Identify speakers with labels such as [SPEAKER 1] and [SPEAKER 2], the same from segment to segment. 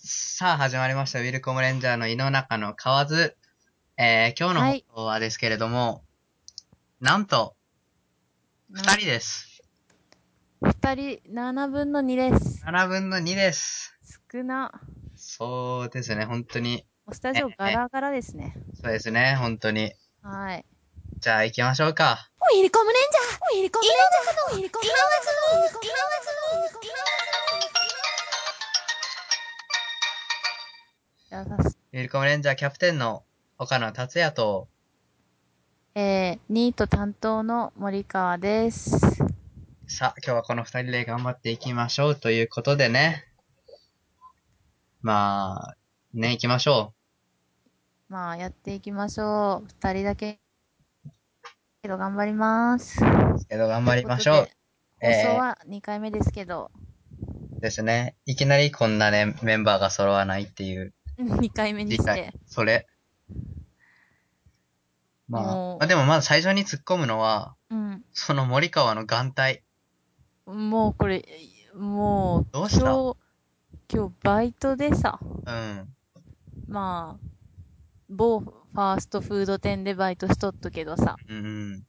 [SPEAKER 1] さあ、始まりました。ウィルコムレンジャーの井の中の河津。えー、今日の
[SPEAKER 2] はい
[SPEAKER 1] 放送はですけれども、なんと、二人です。
[SPEAKER 2] 二人、7分の2です。
[SPEAKER 1] 7分の2です。
[SPEAKER 2] 少な。
[SPEAKER 1] そうですね、本当に。
[SPEAKER 2] もうスタジオガラガラですね。
[SPEAKER 1] そうですね、本当に。
[SPEAKER 2] はい。
[SPEAKER 1] じゃあ、行きましょうか。
[SPEAKER 2] ウィルコムレンジャーウィルコムレンジャーウィルコムレンジャーじゃあさす、
[SPEAKER 1] ウィルコムレンジャーキャプテンの岡野達也と、
[SPEAKER 2] えー、ニート担当の森川です。
[SPEAKER 1] さあ、今日はこの二人で頑張っていきましょうということでね。まあ、ね、行きましょ
[SPEAKER 2] まあ、やっていきましょう。二人だけ。けど頑張ります。
[SPEAKER 1] う。けど、頑張りましょう。
[SPEAKER 2] ということで。放送は2回目ですけど、
[SPEAKER 1] ですね。いきなりこんなね、メンバーが揃わないっていう、
[SPEAKER 2] 2回目に
[SPEAKER 1] 理
[SPEAKER 2] して
[SPEAKER 1] 解。。それ。まあ、
[SPEAKER 2] もう
[SPEAKER 1] まあでもまず最初に突っ込むのは、
[SPEAKER 2] うん。
[SPEAKER 1] その森川の眼帯。
[SPEAKER 2] もうこれ、もう、
[SPEAKER 1] どうした
[SPEAKER 2] 今日、今日バイトでさ、
[SPEAKER 1] うん。
[SPEAKER 2] まあ、某ファーストフード店でバイトしとっとけどさ、
[SPEAKER 1] うん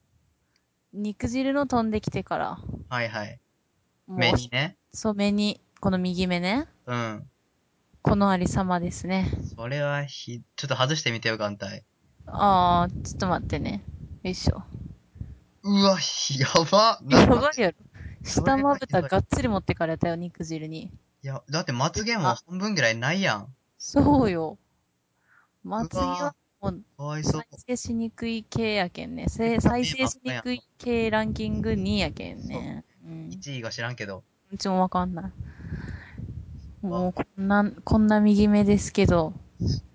[SPEAKER 2] 肉汁の飛んできてから、
[SPEAKER 1] うん。はいはい。
[SPEAKER 2] もう、
[SPEAKER 1] 目にね。
[SPEAKER 2] そう目に、この右目ね、
[SPEAKER 1] うん。
[SPEAKER 2] このありさまですね。
[SPEAKER 1] それはひ、ちょっと外してみてよ、眼帯。
[SPEAKER 2] あー、ちょっと待ってね。よいしょ。
[SPEAKER 1] うわ、ひやば。
[SPEAKER 2] や
[SPEAKER 1] なん
[SPEAKER 2] ば
[SPEAKER 1] か
[SPEAKER 2] いやろ。下まぶ
[SPEAKER 1] それはひど
[SPEAKER 2] た
[SPEAKER 1] い
[SPEAKER 2] がっつり持ってかれたよ、肉汁に。
[SPEAKER 1] いや、だってまつげも半分ぐらいないやん。
[SPEAKER 2] そうよ。まつげ
[SPEAKER 1] うわ
[SPEAKER 2] はもう
[SPEAKER 1] かわいそう
[SPEAKER 2] 再。生しにくい系やけんね。せ再生しにくい系ランキング2位やけんね。うん。
[SPEAKER 1] 1位が知らんけど。
[SPEAKER 2] うちもわかんない。もうこんな、こんな右目ですけど、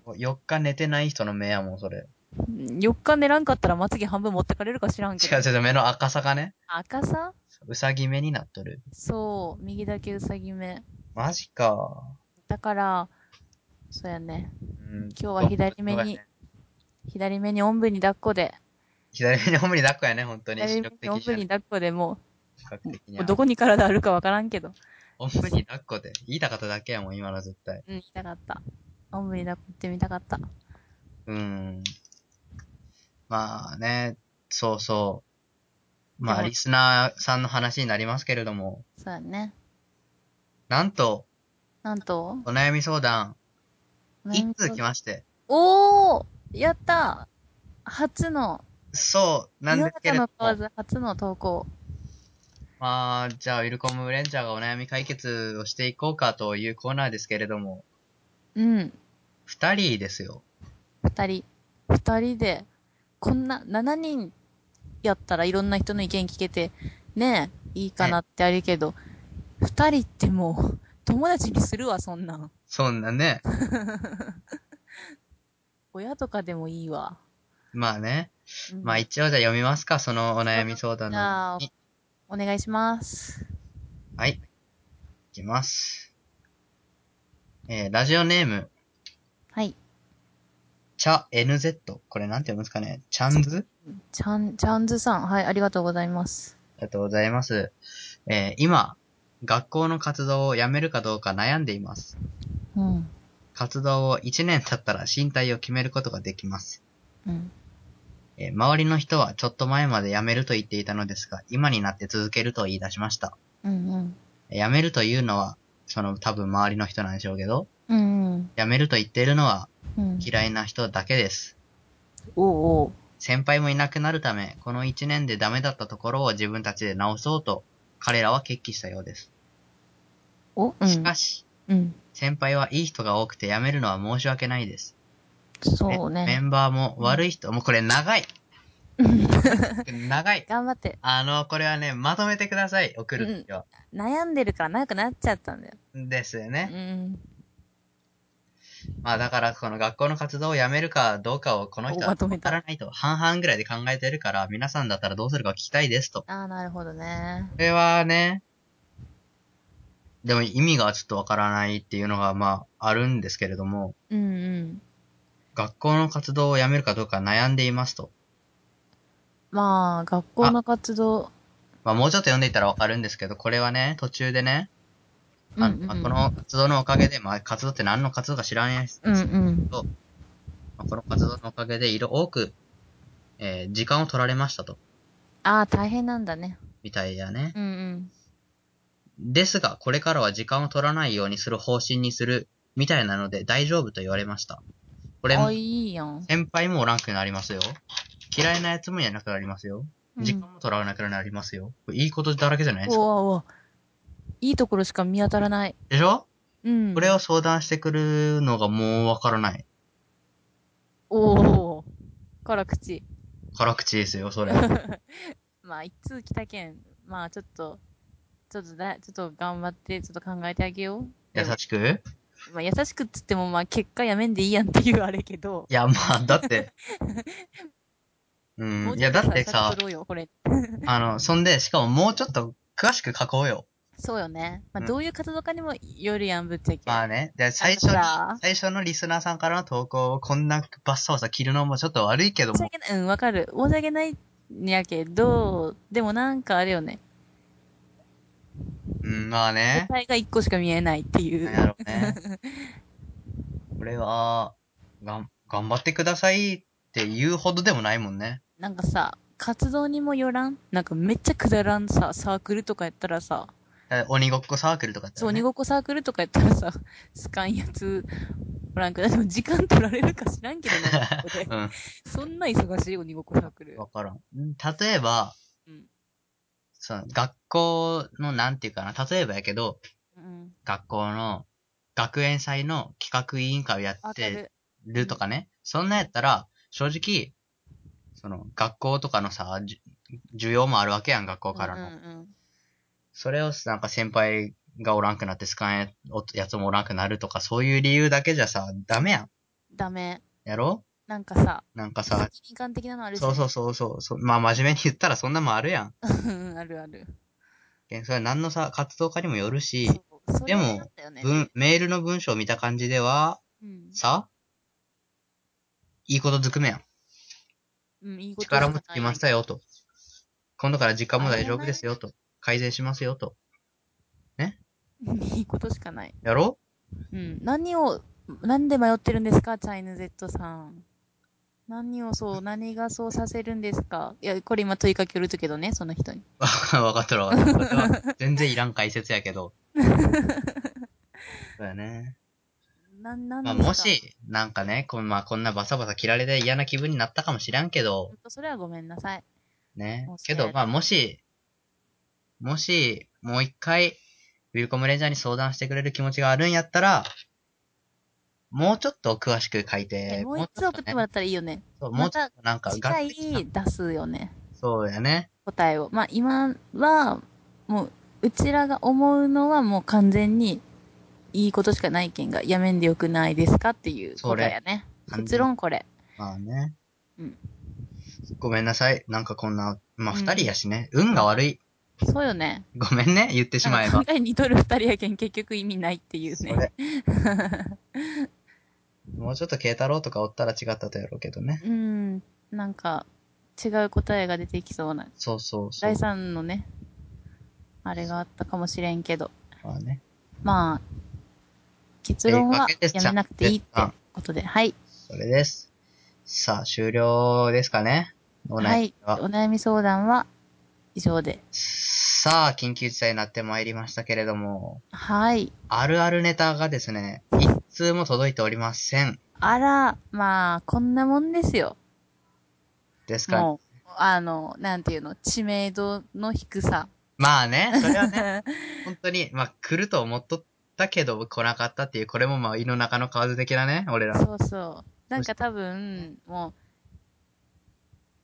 [SPEAKER 1] 4日寝てない人の目やもん、それ。
[SPEAKER 2] 4日寝らんかったらまつげ半分持ってかれるか知らんけ
[SPEAKER 1] 違
[SPEAKER 2] ど
[SPEAKER 1] う。違う、目の赤さがね、
[SPEAKER 2] 赤さ
[SPEAKER 1] うさぎ目になっとる。
[SPEAKER 2] そう、右だけうさぎ目。
[SPEAKER 1] マジか。
[SPEAKER 2] だから、そうやね。
[SPEAKER 1] うん
[SPEAKER 2] 今日は左目に。左目におんぶに抱っこで、
[SPEAKER 1] 左目にオムニ抱っこやね、本当に。
[SPEAKER 2] 左
[SPEAKER 1] 視
[SPEAKER 2] 目
[SPEAKER 1] 力
[SPEAKER 2] におん
[SPEAKER 1] 的じ
[SPEAKER 2] ぶ
[SPEAKER 1] ゃ
[SPEAKER 2] に
[SPEAKER 1] ね
[SPEAKER 2] 抱っこでも
[SPEAKER 1] 視覚的
[SPEAKER 2] う、
[SPEAKER 1] に
[SPEAKER 2] も
[SPEAKER 1] は
[SPEAKER 2] うどこに体あるかわからんけど。
[SPEAKER 1] オムニ抱っこで。言いたかっただけやもん、今の絶対。
[SPEAKER 2] うん、行きたかった。おんぶに抱っこ行ってみたかった。
[SPEAKER 1] うん。まあね、そうそう。まあ、
[SPEAKER 2] でも
[SPEAKER 1] リスナーさんの話になりますけれども、
[SPEAKER 2] そうやね。
[SPEAKER 1] なんと、
[SPEAKER 2] なんと、
[SPEAKER 1] お悩み相談、一通来
[SPEAKER 2] す。
[SPEAKER 1] まして。
[SPEAKER 2] おーやった初の、
[SPEAKER 1] そう、なんですけれど
[SPEAKER 2] の
[SPEAKER 1] も。
[SPEAKER 2] 川津初の投稿。
[SPEAKER 1] まあ、じゃあ、ウィルコムレンジャーがお悩み解決をしていこうかというコーナーですけれども、
[SPEAKER 2] うん。
[SPEAKER 1] 二人ですよ。
[SPEAKER 2] 二人。二人で、こんな、七人やったらいろんな人の意見聞けて、ねえ、いいかなってあるけど、二人ってもう、友達にするわ、そんなん。
[SPEAKER 1] そんなね。
[SPEAKER 2] 親とかでもいいわ。
[SPEAKER 1] まあね。
[SPEAKER 2] うん
[SPEAKER 1] まあ一応じゃあ読みますか、そのお悩み相談
[SPEAKER 2] じゃ
[SPEAKER 1] の
[SPEAKER 2] あ。お願いします。
[SPEAKER 1] はい。いきます。えー、ラジオネーム、
[SPEAKER 2] はい。
[SPEAKER 1] チャ NZ。これなんて読むんですかねチャンズ
[SPEAKER 2] ちゃん、ちゃんずさん。はい、ありがとうございます。
[SPEAKER 1] ありがとうございます。えー、今、学校の活動をやめるかどうか悩んでいます。
[SPEAKER 2] うん。
[SPEAKER 1] 活動を1年経ったら進退を決めることができます。
[SPEAKER 2] うん。
[SPEAKER 1] えー周りの人はちょっと前まで辞めると言っていたのですが、今になって続けると言い出しました。
[SPEAKER 2] うんうん。
[SPEAKER 1] えー辞めるというのは、その多分周りの人なんでしょうけど、
[SPEAKER 2] うんうん。
[SPEAKER 1] 辞めると言っているのは
[SPEAKER 2] うん。
[SPEAKER 1] 嫌いな人だけです。
[SPEAKER 2] おうおう。
[SPEAKER 1] 先輩もいなくなるため、この1年でダメだったところを自分たちで直そうと、彼らは決起したようです。
[SPEAKER 2] お、うん。
[SPEAKER 1] しかし、
[SPEAKER 2] うん。
[SPEAKER 1] 先輩はいい人が多くて辞めるのは申し訳ないです。
[SPEAKER 2] そう
[SPEAKER 1] えメ
[SPEAKER 2] ね。
[SPEAKER 1] ンバーも悪い人、もうこれ長 い長い
[SPEAKER 2] 頑張って。
[SPEAKER 1] あの、これはね、まとめてください、送るときは。
[SPEAKER 2] 悩んでるから長くなっちゃったんだよ。
[SPEAKER 1] ですよ
[SPEAKER 2] う
[SPEAKER 1] ね。
[SPEAKER 2] ん。
[SPEAKER 1] まあだから、この学校の活動をやめるかどうかをこの人
[SPEAKER 2] お
[SPEAKER 1] は
[SPEAKER 2] まとめた
[SPEAKER 1] わからないと、半々ぐらいで考えてるから、皆さんだったらどうするか聞きたいですと。こ
[SPEAKER 2] ああ、なるほどね。
[SPEAKER 1] れはね、でも意味がちょっとわからないっていうのが、まあ、あるんですけれども、
[SPEAKER 2] うんうん。
[SPEAKER 1] 学校の活動をやめるかどうか悩んでいますと。
[SPEAKER 2] まあ、学校の活動、
[SPEAKER 1] まあもうちょっと読んでいったらわかるんですけど、これはね、途中でね、あ
[SPEAKER 2] うんうん
[SPEAKER 1] まあこの活動のおかげで、まあ、活動って何の活動か知らないですけ
[SPEAKER 2] うん
[SPEAKER 1] ど、
[SPEAKER 2] うん。
[SPEAKER 1] まあこの活動のおかげで、色多く、えー時間を取られましたと、
[SPEAKER 2] ああ、大変なんだね。
[SPEAKER 1] みたいやね。
[SPEAKER 2] うんうん。
[SPEAKER 1] ですが、これからは時間を取らないようにする方針にする、みたいなので大丈夫と言われました。これ
[SPEAKER 2] あ
[SPEAKER 1] も
[SPEAKER 2] あ、い、いやん。
[SPEAKER 1] 先輩もおらんくなりますよ。嫌いな奴もいなくなりますよ。
[SPEAKER 2] うん
[SPEAKER 1] 時間も取らなくなりますよ。これいいことだらけじゃないですか。
[SPEAKER 2] おわおわ。いいところしか見当たらない。
[SPEAKER 1] でしょ
[SPEAKER 2] うん。
[SPEAKER 1] これを相談してくるのがもうわからない。
[SPEAKER 2] おお。辛口。
[SPEAKER 1] 辛口ですよ、 それ。
[SPEAKER 2] まあ、一通来たけん。まあ、ちょっと、ちょっとだ、ちょっと頑張って、ちょっと考えてあげよう。
[SPEAKER 1] 優しく
[SPEAKER 2] まあ、優しくっつっても、まあ、結果やめんでいいやんっていうあれけど。
[SPEAKER 1] いや、まあ、だって。う。
[SPEAKER 2] もう
[SPEAKER 1] い
[SPEAKER 2] んちょ
[SPEAKER 1] や、
[SPEAKER 2] と
[SPEAKER 1] だってさ
[SPEAKER 2] 優しく、取ろうよこれ
[SPEAKER 1] あの、そんで、しかももうちょっと詳しく書こうよ。
[SPEAKER 2] そうよね。ま
[SPEAKER 1] う
[SPEAKER 2] あ、
[SPEAKER 1] ん
[SPEAKER 2] どういう活動かにもよるやん、ぶっちゃけ。
[SPEAKER 1] まあね。で、最初に
[SPEAKER 2] あのさ、
[SPEAKER 1] 最初のリスナーさんからの投稿をこんなバッサバサ切るのもちょっと悪いけど
[SPEAKER 2] 申し
[SPEAKER 1] も、
[SPEAKER 2] 訳ない、うん、わかる。申し訳ないんやけど、でもなんかあれよね。
[SPEAKER 1] うん、まあ
[SPEAKER 2] 答
[SPEAKER 1] ね。
[SPEAKER 2] えが一個しか見えないってい
[SPEAKER 1] なんや
[SPEAKER 2] う。
[SPEAKER 1] ろうね。これは、がん、頑張ってくださいって言うほどでもないもんね。
[SPEAKER 2] なんかさ、活動にもよらんなんかめっちゃくだらんさ、サークルとかやったらさ、
[SPEAKER 1] だから鬼ごっこサークルとかやった
[SPEAKER 2] そう、
[SPEAKER 1] ら
[SPEAKER 2] 鬼
[SPEAKER 1] ね。。
[SPEAKER 2] ごっこサークルとかやったらさ、好かんやつ、おらんくないでも時間取られるか知らんけどな、ここ で
[SPEAKER 1] うん。
[SPEAKER 2] そんな忙しい鬼ごっこサークル。
[SPEAKER 1] わからん。ん例えば、
[SPEAKER 2] うん。
[SPEAKER 1] その、学校の、なんていうかな、例えばやけど、
[SPEAKER 2] うん。
[SPEAKER 1] 学校の、学園祭の企画委員会をや
[SPEAKER 2] わ
[SPEAKER 1] っ
[SPEAKER 2] か
[SPEAKER 1] て
[SPEAKER 2] る。
[SPEAKER 1] るとかね。そんなんやったら、正直、その、学校とかのさ、じゅ需要もあるわけやん、学校からの。
[SPEAKER 2] うんうんうん。
[SPEAKER 1] それを、なんか先輩がおらんくなって、好かんややつもおらんくなるとか、そういう理由だけじゃさ、ダメやん。
[SPEAKER 2] ダメ。
[SPEAKER 1] やろ
[SPEAKER 2] なんかさ、
[SPEAKER 1] なんかさ、
[SPEAKER 2] 責任感的なのあるし。
[SPEAKER 1] そうそうそうそうそう。まあ真面目に言ったらそんなもんあるやん。
[SPEAKER 2] うんうん、あるある。
[SPEAKER 1] けんそれは何のさ、活動家にもよるし、
[SPEAKER 2] そうそれ
[SPEAKER 1] でも
[SPEAKER 2] なんだよね
[SPEAKER 1] 文、メールの文章を見た感じでは、
[SPEAKER 2] うん
[SPEAKER 1] さ、いいことずくめやん。
[SPEAKER 2] うん、いいことしかな
[SPEAKER 1] 力
[SPEAKER 2] い
[SPEAKER 1] もつきましたよと。今度から時間も大丈夫ですよと。改善しますよと。
[SPEAKER 2] いいことしかない。
[SPEAKER 1] やろ
[SPEAKER 2] うん。何を、なんで迷ってるんですか、チャイヌ Z さん。何をそう、何がそうさせるんですか。いや、これ今問いかけるけどね、その人に。
[SPEAKER 1] わか わかったわかったこれは。全然いらん解説やけ ど。そうやね。
[SPEAKER 2] なん、なん
[SPEAKER 1] まあ
[SPEAKER 2] ですか
[SPEAKER 1] も、し、なんかね、こんまあ、こんなバサバサ切られて嫌な気分になったかもしらんけど、
[SPEAKER 2] ほんとそれはごめんなさい。
[SPEAKER 1] ね
[SPEAKER 2] も。し
[SPEAKER 1] けど、まあ、もし、もし、もう一回、ウィルコムレンジャーに相談してくれる気持ちがあるんやったら、もうちょっと詳しく書いて、
[SPEAKER 2] もう一
[SPEAKER 1] ち
[SPEAKER 2] つ
[SPEAKER 1] ょ
[SPEAKER 2] 送ってもらったらいいよね。
[SPEAKER 1] そう、も
[SPEAKER 2] ま
[SPEAKER 1] うちょ
[SPEAKER 2] た
[SPEAKER 1] っとなんか、
[SPEAKER 2] 次
[SPEAKER 1] 学
[SPEAKER 2] 回
[SPEAKER 1] 的な
[SPEAKER 2] 出すよね、
[SPEAKER 1] そうやね。
[SPEAKER 2] 答えを。まあ今は、もう、うちらが思うのはもう完全に、いいことしかないけんが、やめんでよくないですかっていうことやね。
[SPEAKER 1] それ
[SPEAKER 2] 結論これ。
[SPEAKER 1] まあね。
[SPEAKER 2] うん
[SPEAKER 1] ごめんなさい。なんかこんな、まあ
[SPEAKER 2] うん
[SPEAKER 1] 二人やしね、運が悪い。
[SPEAKER 2] そうよね。
[SPEAKER 1] ごめんね、言ってしまえ
[SPEAKER 2] な
[SPEAKER 1] ば
[SPEAKER 2] ん。か考えにとる二人やけん結局意味ないっていう
[SPEAKER 1] そ
[SPEAKER 2] ね。
[SPEAKER 1] れ もうちょっと慶太郎とかおったら違ったとやろうけどね。
[SPEAKER 2] うん。なんか、違う答えが出てきそうな。
[SPEAKER 1] そうそうそう
[SPEAKER 2] 第。三のね、あれがあったかもしれんけど。
[SPEAKER 1] まあね。
[SPEAKER 2] まあ、結論は
[SPEAKER 1] というわけです
[SPEAKER 2] やめなくていいってことで。はい。
[SPEAKER 1] それです。さあ、終了ですかね。お
[SPEAKER 2] は
[SPEAKER 1] 悩
[SPEAKER 2] い
[SPEAKER 1] み。
[SPEAKER 2] お
[SPEAKER 1] は
[SPEAKER 2] 悩み相談は以上で。
[SPEAKER 1] さあ、緊急事態になってまいりましたけれども、
[SPEAKER 2] はい。
[SPEAKER 1] あるあるネタがですね、一通も届いておりません。
[SPEAKER 2] あら、まあ、こんなもんですよ。
[SPEAKER 1] ですか
[SPEAKER 2] もう、あの、なんていうの、知名度の低さ。
[SPEAKER 1] まあ ね、それはね、本当に、まあ来ると思っとったけど来なかったっていう、これもまあ胃の中の蛙的なね、俺ら。
[SPEAKER 2] そうそう。なんか多分、も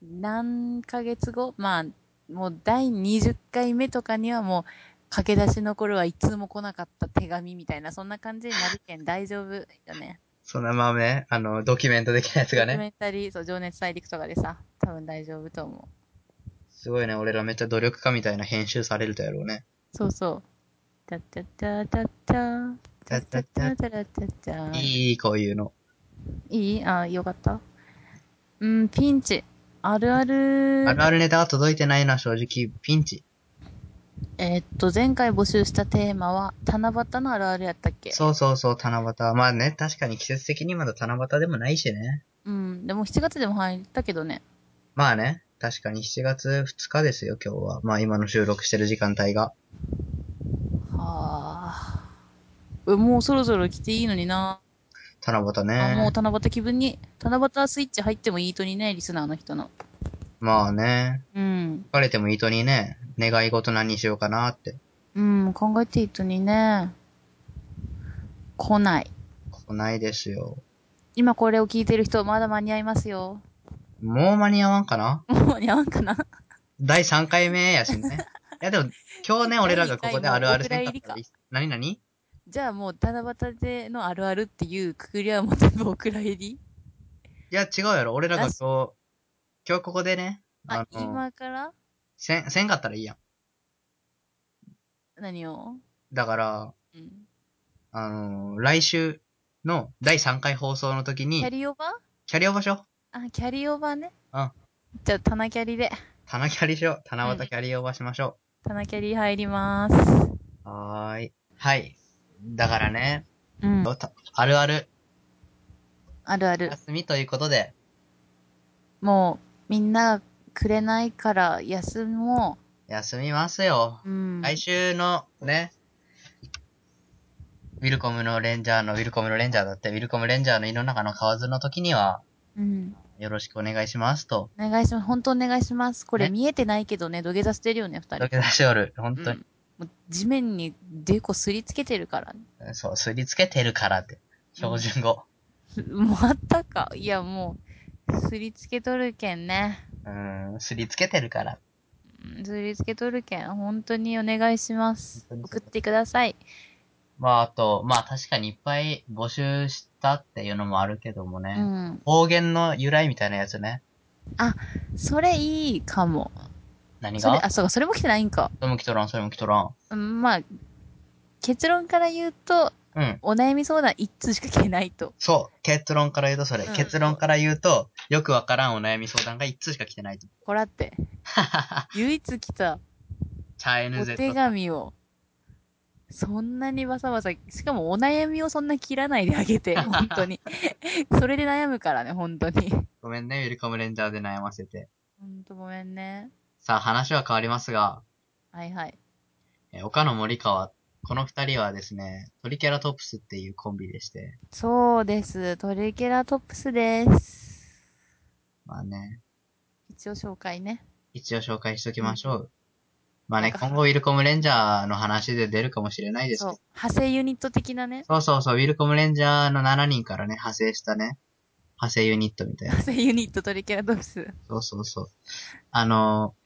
[SPEAKER 2] う、何ヶ月後まあ、もう第20回目とかにはもう、駆け出しの頃はいつも来なかった手紙みたいな、そんな感じになるけん大丈夫よね。
[SPEAKER 1] そんなまあね、あの、ドキュメント的なやつが
[SPEAKER 2] ドキ
[SPEAKER 1] ね。
[SPEAKER 2] ュメンタリー、そう、情熱大陸とかでさ、多分大丈夫と思
[SPEAKER 1] すごいね、俺らめっちゃ努力家みたいな編集されるとやろうね。
[SPEAKER 2] う。そうそう。たたたたた。
[SPEAKER 1] たたた
[SPEAKER 2] たたたた。い
[SPEAKER 1] いい、こういうの。
[SPEAKER 2] いあ、よかった。うん、ピンチ。あるある。
[SPEAKER 1] あるあるネタが届いてないのは正直、ピンチ。
[SPEAKER 2] えーっと、前回募集したテーマは、七夕のあるあるやったっけ
[SPEAKER 1] そうそうそう、七夕。まあね、確かに季節的にまだ七夕でもないしね。
[SPEAKER 2] うん。でも7月でも入ったけどね。
[SPEAKER 1] まあね、確かに7月2日ですよ、今日は。まあ今の収録してる時間帯が。
[SPEAKER 2] はあ。もうそろそろ来ていいのにな。
[SPEAKER 1] 七夕
[SPEAKER 2] あも
[SPEAKER 1] ね
[SPEAKER 2] う。七夕気分に、七夕スイッチ入ってもいいとにね、リスナーの人の。
[SPEAKER 1] まあね、
[SPEAKER 2] うん。
[SPEAKER 1] 別れてもいいとにね、願い事何にしようかなって。
[SPEAKER 2] うん、考えていいとにね。来ない。
[SPEAKER 1] 来ないですよ。
[SPEAKER 2] 今これを聞いてる人、まだ間に合いますよ。 も
[SPEAKER 1] もう間に合わんかな
[SPEAKER 2] う間に合わんかな。
[SPEAKER 1] 第3回目やしね。いやでも、今日 ね、俺らがここであるある選択
[SPEAKER 2] 第二回もお蔵入り
[SPEAKER 1] 何何
[SPEAKER 2] じゃあもう、七夕でのあるあるっていうくくりはもう全部お蔵入り
[SPEAKER 1] いや、違うやろ。俺らが今日、今日ここでね、
[SPEAKER 2] あ
[SPEAKER 1] あ、の、
[SPEAKER 2] 今から
[SPEAKER 1] せん、せんかったらいいやん。
[SPEAKER 2] 何を
[SPEAKER 1] だから、
[SPEAKER 2] うん。
[SPEAKER 1] あの、来週の第3回放送の時
[SPEAKER 2] キャ
[SPEAKER 1] に、
[SPEAKER 2] リオーバー
[SPEAKER 1] キャリオ場所
[SPEAKER 2] あ、キャリオーバーね。
[SPEAKER 1] うん。
[SPEAKER 2] じゃあ、棚キャリで。
[SPEAKER 1] 棚キャリしよう。七夕キャリオ場しましょ
[SPEAKER 2] 棚キャリ入ります。
[SPEAKER 1] う。はーい。はい。だからね、
[SPEAKER 2] うん。
[SPEAKER 1] たあるある、
[SPEAKER 2] あるある。
[SPEAKER 1] 休みということで、
[SPEAKER 2] もう、みんなくれないから休も
[SPEAKER 1] 休みますよ。
[SPEAKER 2] う。うん。
[SPEAKER 1] 来週のね、ウィルコムのレンジャーの、ウィルコムのレンジャーだって、ウィルコムレンジャーの井の中の河津の時には、
[SPEAKER 2] うん。
[SPEAKER 1] よろしくお願いしますと、
[SPEAKER 2] お願いします。本当お願いします。これ
[SPEAKER 1] ね
[SPEAKER 2] 見えてないけどね、土下座してるよね、二人
[SPEAKER 1] 土。下座しておる。本当に。
[SPEAKER 2] うんもう地面にデコすりつけてるから。
[SPEAKER 1] そう、すりつけてるからって。標準語。
[SPEAKER 2] もうあったか。いや、もう、すりつけとるけんね。
[SPEAKER 1] うん、すりつけてるから。
[SPEAKER 2] うんすりつけとるけん。本当にお願いします
[SPEAKER 1] 本。当にそ
[SPEAKER 2] 送
[SPEAKER 1] う
[SPEAKER 2] ってください。
[SPEAKER 1] まあ、あと、まあ確かにいっぱい募集したっていうのもあるけども
[SPEAKER 2] う
[SPEAKER 1] ね。
[SPEAKER 2] ん。
[SPEAKER 1] 方言の由来みたいなやつね。
[SPEAKER 2] それいいかも。
[SPEAKER 1] 何
[SPEAKER 2] それ、
[SPEAKER 1] が
[SPEAKER 2] あ、そうか、それも来てないんか。
[SPEAKER 1] それも来とらん、それも来とらん。
[SPEAKER 2] うん、まあ、結論から言うと、
[SPEAKER 1] うん。
[SPEAKER 2] お悩み相談一通しか来てないと。
[SPEAKER 1] そう。結論から言うとそれ。
[SPEAKER 2] うん
[SPEAKER 1] 結論から言うと、よくわからんお悩み相談が一通しか来てないと。
[SPEAKER 2] こ らって。唯一来た
[SPEAKER 1] チャ
[SPEAKER 2] お
[SPEAKER 1] NZ。
[SPEAKER 2] 手紙を、そんなにわさわさ、しかもお悩みをそんな切らないであげて、本当 に。それで悩むからね、本当に。
[SPEAKER 1] ごめんね、ウィルコムレンジャーで悩ませて。
[SPEAKER 2] 本当ごめんね。
[SPEAKER 1] さあ、話は変わりますが、
[SPEAKER 2] はいはい。
[SPEAKER 1] えー岡野森川、この二人はですね、トリケラトプスっていうコンビでして、
[SPEAKER 2] そうです。トリケラトプスです。
[SPEAKER 1] まあね、
[SPEAKER 2] 一応紹介ね。
[SPEAKER 1] 一応紹介しときましょう。まあね、
[SPEAKER 2] なんか
[SPEAKER 1] 今後ウィルコムレンジャーの話で出るかもしれないですけ
[SPEAKER 2] そう
[SPEAKER 1] ど。。
[SPEAKER 2] 派生ユニット的なね。
[SPEAKER 1] そうそうそう、ウィルコムレンジャーの7人からね、派生したね、派生ユニットみたいな。
[SPEAKER 2] 派生ユニットトリケラトプス。
[SPEAKER 1] そうそうそう。あのー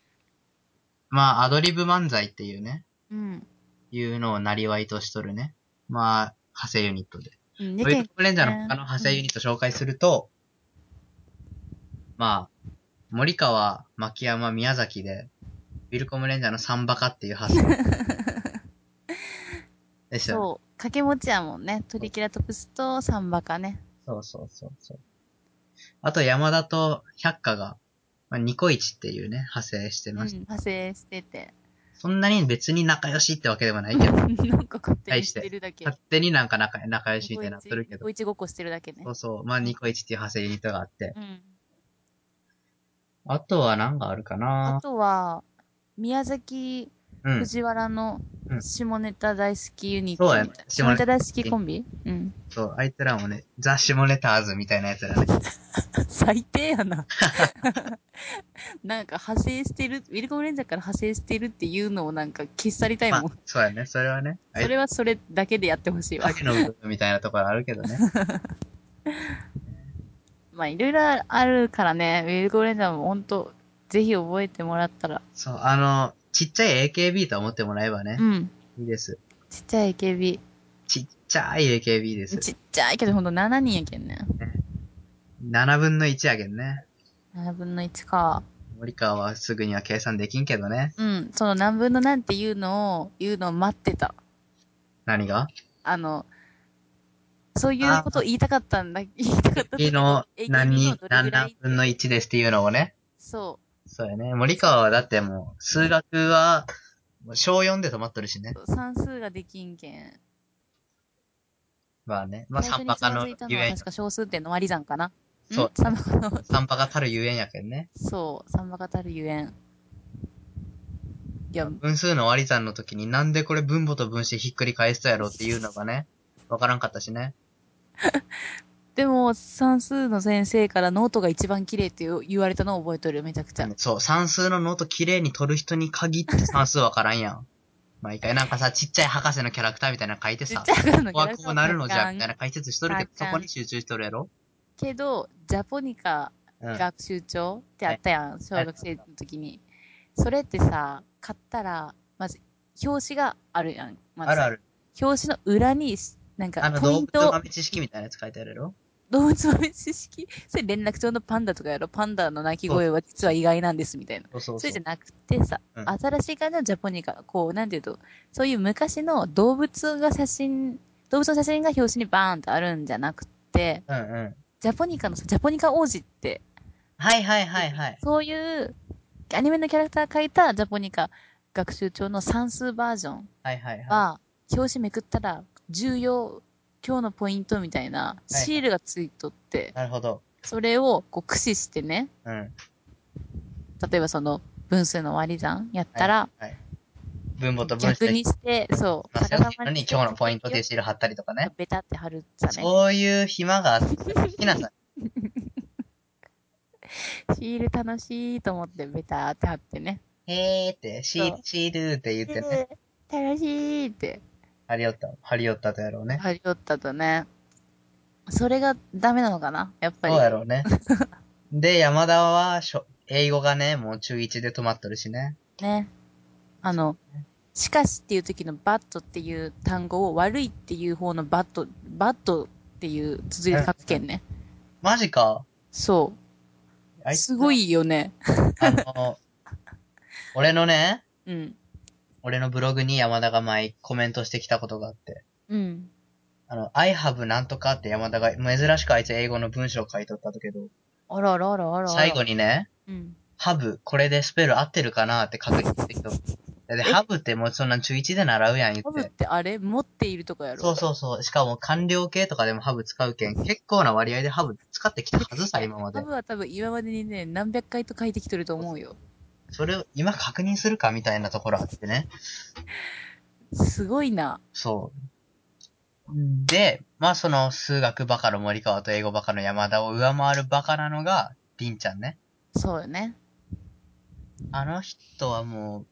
[SPEAKER 1] まあ、アドリブ漫才っていうね、
[SPEAKER 2] うん。
[SPEAKER 1] いうのをなりわいとしとるね。まあ、派生ユニットで。
[SPEAKER 2] うん、
[SPEAKER 1] ウ
[SPEAKER 2] で
[SPEAKER 1] ィル
[SPEAKER 2] け
[SPEAKER 1] コムレンジャーの他の派生ユニット紹介すると、まあ、森川、牧山、宮崎で、ウィルコムレンジャーのサンバカっていう派生。 でしたよね。
[SPEAKER 2] そう。掛け持ちやもんね。トリケラトプスとサンバカね。
[SPEAKER 1] そうそうそうそう。あと山田と百花が、まあ、ニコイチっていうね、派生して
[SPEAKER 2] うん。
[SPEAKER 1] ました。
[SPEAKER 2] 派生してて。
[SPEAKER 1] そんなに別に仲良しってわけでもないけど、
[SPEAKER 2] なんか勝手にしてるだけ。
[SPEAKER 1] 勝手になんか仲仲良しみたいになっとるけ
[SPEAKER 2] ニ
[SPEAKER 1] ど
[SPEAKER 2] コ、イチごっこしてるだけね
[SPEAKER 1] そ。うそう、まあニコイチっていう派生ユニットがあって。
[SPEAKER 2] うん。
[SPEAKER 1] あとは何があるか
[SPEAKER 2] あ
[SPEAKER 1] な
[SPEAKER 2] とは、宮崎
[SPEAKER 1] うん。
[SPEAKER 2] 藤原の
[SPEAKER 1] うん
[SPEAKER 2] 下ネタ大好きユニットみたいな。
[SPEAKER 1] そうやね
[SPEAKER 2] 下ネタ大好きコンビうん。
[SPEAKER 1] そう、あいつらもね、ザ・シモネターズみたいなやつらね。
[SPEAKER 2] 最低やな。なんか派生してる、ウィルコムレンジャーから派生してるっていうのをなんか消し去りたい
[SPEAKER 1] ま
[SPEAKER 2] も
[SPEAKER 1] あ
[SPEAKER 2] ん。、
[SPEAKER 1] そうやね、それはね。あい
[SPEAKER 2] それはそれだけでやってほしいわ。
[SPEAKER 1] 影の部分みたいなところあるけど ね。
[SPEAKER 2] まあいろいろあるからね、ウィルコムレンジャーもほんと、ぜひ覚えてもらったら。
[SPEAKER 1] そう、あの、ちっちゃい AKB と思ってもらえばね
[SPEAKER 2] う、ん。
[SPEAKER 1] いいです。
[SPEAKER 2] ちっちゃい AKB。
[SPEAKER 1] ちっちゃい AKB です。
[SPEAKER 2] ちっちゃいけどほんと7人やけんね。
[SPEAKER 1] 7分の1やけんね。
[SPEAKER 2] 7分の1か。
[SPEAKER 1] 森川はすぐには計算できんけどね。
[SPEAKER 2] うん。その何分の何っていうのを、言うのを待ってた。
[SPEAKER 1] 何が
[SPEAKER 2] あの、そういうことを言いたかったんだ。言いたかったんだけ
[SPEAKER 1] ?B
[SPEAKER 2] ど。
[SPEAKER 1] の何
[SPEAKER 2] AKB
[SPEAKER 1] 人
[SPEAKER 2] のど、れ
[SPEAKER 1] 何
[SPEAKER 2] ぐらい
[SPEAKER 1] 何分の1ですっていうのをね。
[SPEAKER 2] そ
[SPEAKER 1] そうやね。森川はだってもう、数学は小4で止まっとるしね。
[SPEAKER 2] 算数ができんけん。
[SPEAKER 1] まあね。まあ、三
[SPEAKER 2] 最初に
[SPEAKER 1] バ
[SPEAKER 2] つ
[SPEAKER 1] カ
[SPEAKER 2] ま
[SPEAKER 1] の
[SPEAKER 2] ずいたの
[SPEAKER 1] ゆ
[SPEAKER 2] は
[SPEAKER 1] えん
[SPEAKER 2] 確。か小数点の割り算かな。。
[SPEAKER 1] そうん
[SPEAKER 2] 三馬鹿の、
[SPEAKER 1] 三バカたるゆえんやけんね。
[SPEAKER 2] そう、三馬鹿たるゆえん。いや、
[SPEAKER 1] 分数の割り算の時になんでこれ分母と分子ひっくり返したやろっていうのがね、わからんかったしね。
[SPEAKER 2] でも算数の先生からノートが一番綺麗って言う言われたのを覚えとるよ、めちゃくちゃ。
[SPEAKER 1] そう、算数のノート綺麗に取る人に限って算数わからんやん。毎回なんかさ、ちっちゃい博士のキャラクターみたいなの書いて
[SPEAKER 2] ちっ
[SPEAKER 1] さ、
[SPEAKER 2] ちゃい頃の
[SPEAKER 1] ここ
[SPEAKER 2] キャ
[SPEAKER 1] は
[SPEAKER 2] ラク
[SPEAKER 1] こ
[SPEAKER 2] タ
[SPEAKER 1] う
[SPEAKER 2] ー
[SPEAKER 1] なるのじゃ、
[SPEAKER 2] わ
[SPEAKER 1] みた
[SPEAKER 2] か
[SPEAKER 1] いな解説しとるけど、
[SPEAKER 2] あか
[SPEAKER 1] そ
[SPEAKER 2] ん
[SPEAKER 1] こに集中しとるやろ
[SPEAKER 2] んけど、ジャポニカ
[SPEAKER 1] うん。
[SPEAKER 2] 学習帳ってあったやん、小学生の時に。それってさ、買ったら、まず、表紙があるやん。まず
[SPEAKER 1] あるある。
[SPEAKER 2] 表紙の裏に、なん
[SPEAKER 1] あ
[SPEAKER 2] か、
[SPEAKER 1] の、
[SPEAKER 2] ポイ
[SPEAKER 1] 動
[SPEAKER 2] ン
[SPEAKER 1] 物
[SPEAKER 2] トを
[SPEAKER 1] 豆知識みたいなやつ書いてあるやろ
[SPEAKER 2] 動物豆知識。 それ連絡帳のパンダとかやろ。パンダの鳴き声は実は意外なんですみたいな。
[SPEAKER 1] そうそう
[SPEAKER 2] そ
[SPEAKER 1] そう
[SPEAKER 2] れじゃ。なくてさ、
[SPEAKER 1] うん
[SPEAKER 2] 新しい感じのジャポニカ、こう、なんていうと、そういう昔の動物が写真、動物の写真が表紙にバーンとあるんじゃなくて、
[SPEAKER 1] うんうん。
[SPEAKER 2] ジャポニカのさ、ジャポニカ王子って、
[SPEAKER 1] はいはいはいはい。
[SPEAKER 2] そういうアニメのキャラクターが描いたジャポニカ学習帳の算数バージョン
[SPEAKER 1] はいはいは
[SPEAKER 2] は、表紙めくったら、重要、今日のポイントみたいなシールがついとって、
[SPEAKER 1] い。なるほど。
[SPEAKER 2] それをこう駆使してね、
[SPEAKER 1] うん。
[SPEAKER 2] 例えばその分数の割り算やったら、
[SPEAKER 1] はい。分母と分子
[SPEAKER 2] 逆
[SPEAKER 1] で
[SPEAKER 2] にして、そう、
[SPEAKER 1] まあ、そういうのに今日のポイントで
[SPEAKER 2] し
[SPEAKER 1] シール貼ったりとかね。
[SPEAKER 2] ベタって貼るじゃね。
[SPEAKER 1] そういう暇があって、好 きなさい。
[SPEAKER 2] シール楽しいと思ってベタって貼ってね。
[SPEAKER 1] へーって、シー
[SPEAKER 2] そう
[SPEAKER 1] ル、シールって言ってね、
[SPEAKER 2] 楽しいって
[SPEAKER 1] 貼り寄った、貼り寄ったとやろうね。
[SPEAKER 2] 貼り寄ったとね。それがダメなのかなやっぱり。
[SPEAKER 1] そうやろう ね。で、山田はしょ、英語がね、もう中1で止まっとるしね。
[SPEAKER 2] ね。あの、しかしっていう時のバットっていう単語を悪いっていう方のバット、バットっていう綴りで書くけんね。
[SPEAKER 1] マジか。
[SPEAKER 2] そ
[SPEAKER 1] あ
[SPEAKER 2] う。
[SPEAKER 1] いつ
[SPEAKER 2] すご。いよね。
[SPEAKER 1] あ の、俺のね、
[SPEAKER 2] うん。
[SPEAKER 1] 俺のブログに山田が前コメントしてきたことがあって。
[SPEAKER 2] うん。
[SPEAKER 1] あの、I have なんとかって山田が、珍しくあいつ英語の文章を書いとったんだけど、
[SPEAKER 2] あらあらあらあらあら。
[SPEAKER 1] 最後にね、
[SPEAKER 2] うん。
[SPEAKER 1] have、これでスペル合ってるかなって確認してきた。で、have ってもうそんなん中1で習うやん言
[SPEAKER 2] ハ
[SPEAKER 1] っ。
[SPEAKER 2] ブっててあれ持っているとかやろ
[SPEAKER 1] そうそうそう。しかも官僚系とかでもハブ使うけん、結構な割合でハブ使ってきたはずさ、今ま
[SPEAKER 2] ハ
[SPEAKER 1] で
[SPEAKER 2] ブ。は多分今までにね、何百回と書いてきてると思うよ。
[SPEAKER 1] それを今確認するかみたいなところあってね。
[SPEAKER 2] すごいな。
[SPEAKER 1] そう。で、まあその数学バカの森川と英語バカの山田を上回るバカなのが、りんちゃんね。
[SPEAKER 2] そうよね。
[SPEAKER 1] あの人はも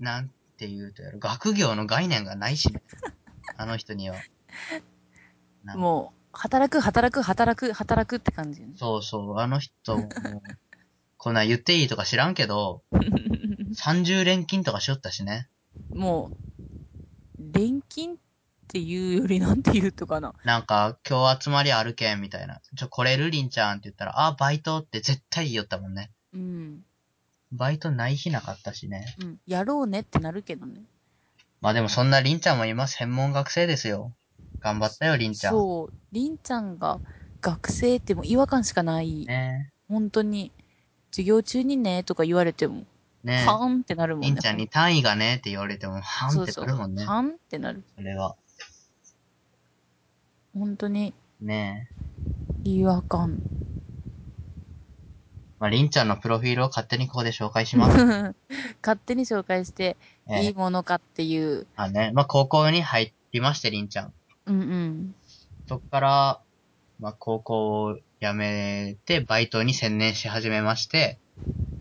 [SPEAKER 1] う、なんて言うとやろ、学業の概念がないしね。あの人には。 なんか
[SPEAKER 2] もう、働く、働く、働く、働くって感じよね。
[SPEAKER 1] そうそう、あの人も、こんなん言っていいとか知らんけど、30連勤とかしよったしね。
[SPEAKER 2] もう、錬金っていうよりなんて言うとかな。
[SPEAKER 1] なんか、今日集まりあるけん、みたいな。ちょ、来れるりんちゃんって言ったら、あ、バイトって絶対言いよったもんね。
[SPEAKER 2] うん。
[SPEAKER 1] バイトない日なかったしね。
[SPEAKER 2] うん。やろうねってなるけどね。
[SPEAKER 1] まあでもそんなりんちゃんも今専門学生ですよ。頑張ったよ、りんちゃん。
[SPEAKER 2] そう。りんちゃんが学生ってもう違和感しかない。
[SPEAKER 1] ね
[SPEAKER 2] 本当に。授業中にね、とか言われても、
[SPEAKER 1] ね
[SPEAKER 2] はーんってなるもんね。
[SPEAKER 1] りんちゃんに単位がねって言われても、はんってくるもんね。
[SPEAKER 2] はんってなる。
[SPEAKER 1] それは。
[SPEAKER 2] 本当に
[SPEAKER 1] ねえ。
[SPEAKER 2] 違和感。
[SPEAKER 1] まあ、りんちゃんのプロフィールを勝手にここで紹介します。
[SPEAKER 2] 勝手に紹介して
[SPEAKER 1] え
[SPEAKER 2] いい
[SPEAKER 1] え
[SPEAKER 2] ものかっていう。
[SPEAKER 1] まあね、まあ高校に入りまして、りんちゃん。
[SPEAKER 2] うんうん。
[SPEAKER 1] そっから、まあ、高校を辞めて、バイトに専念し始めまして、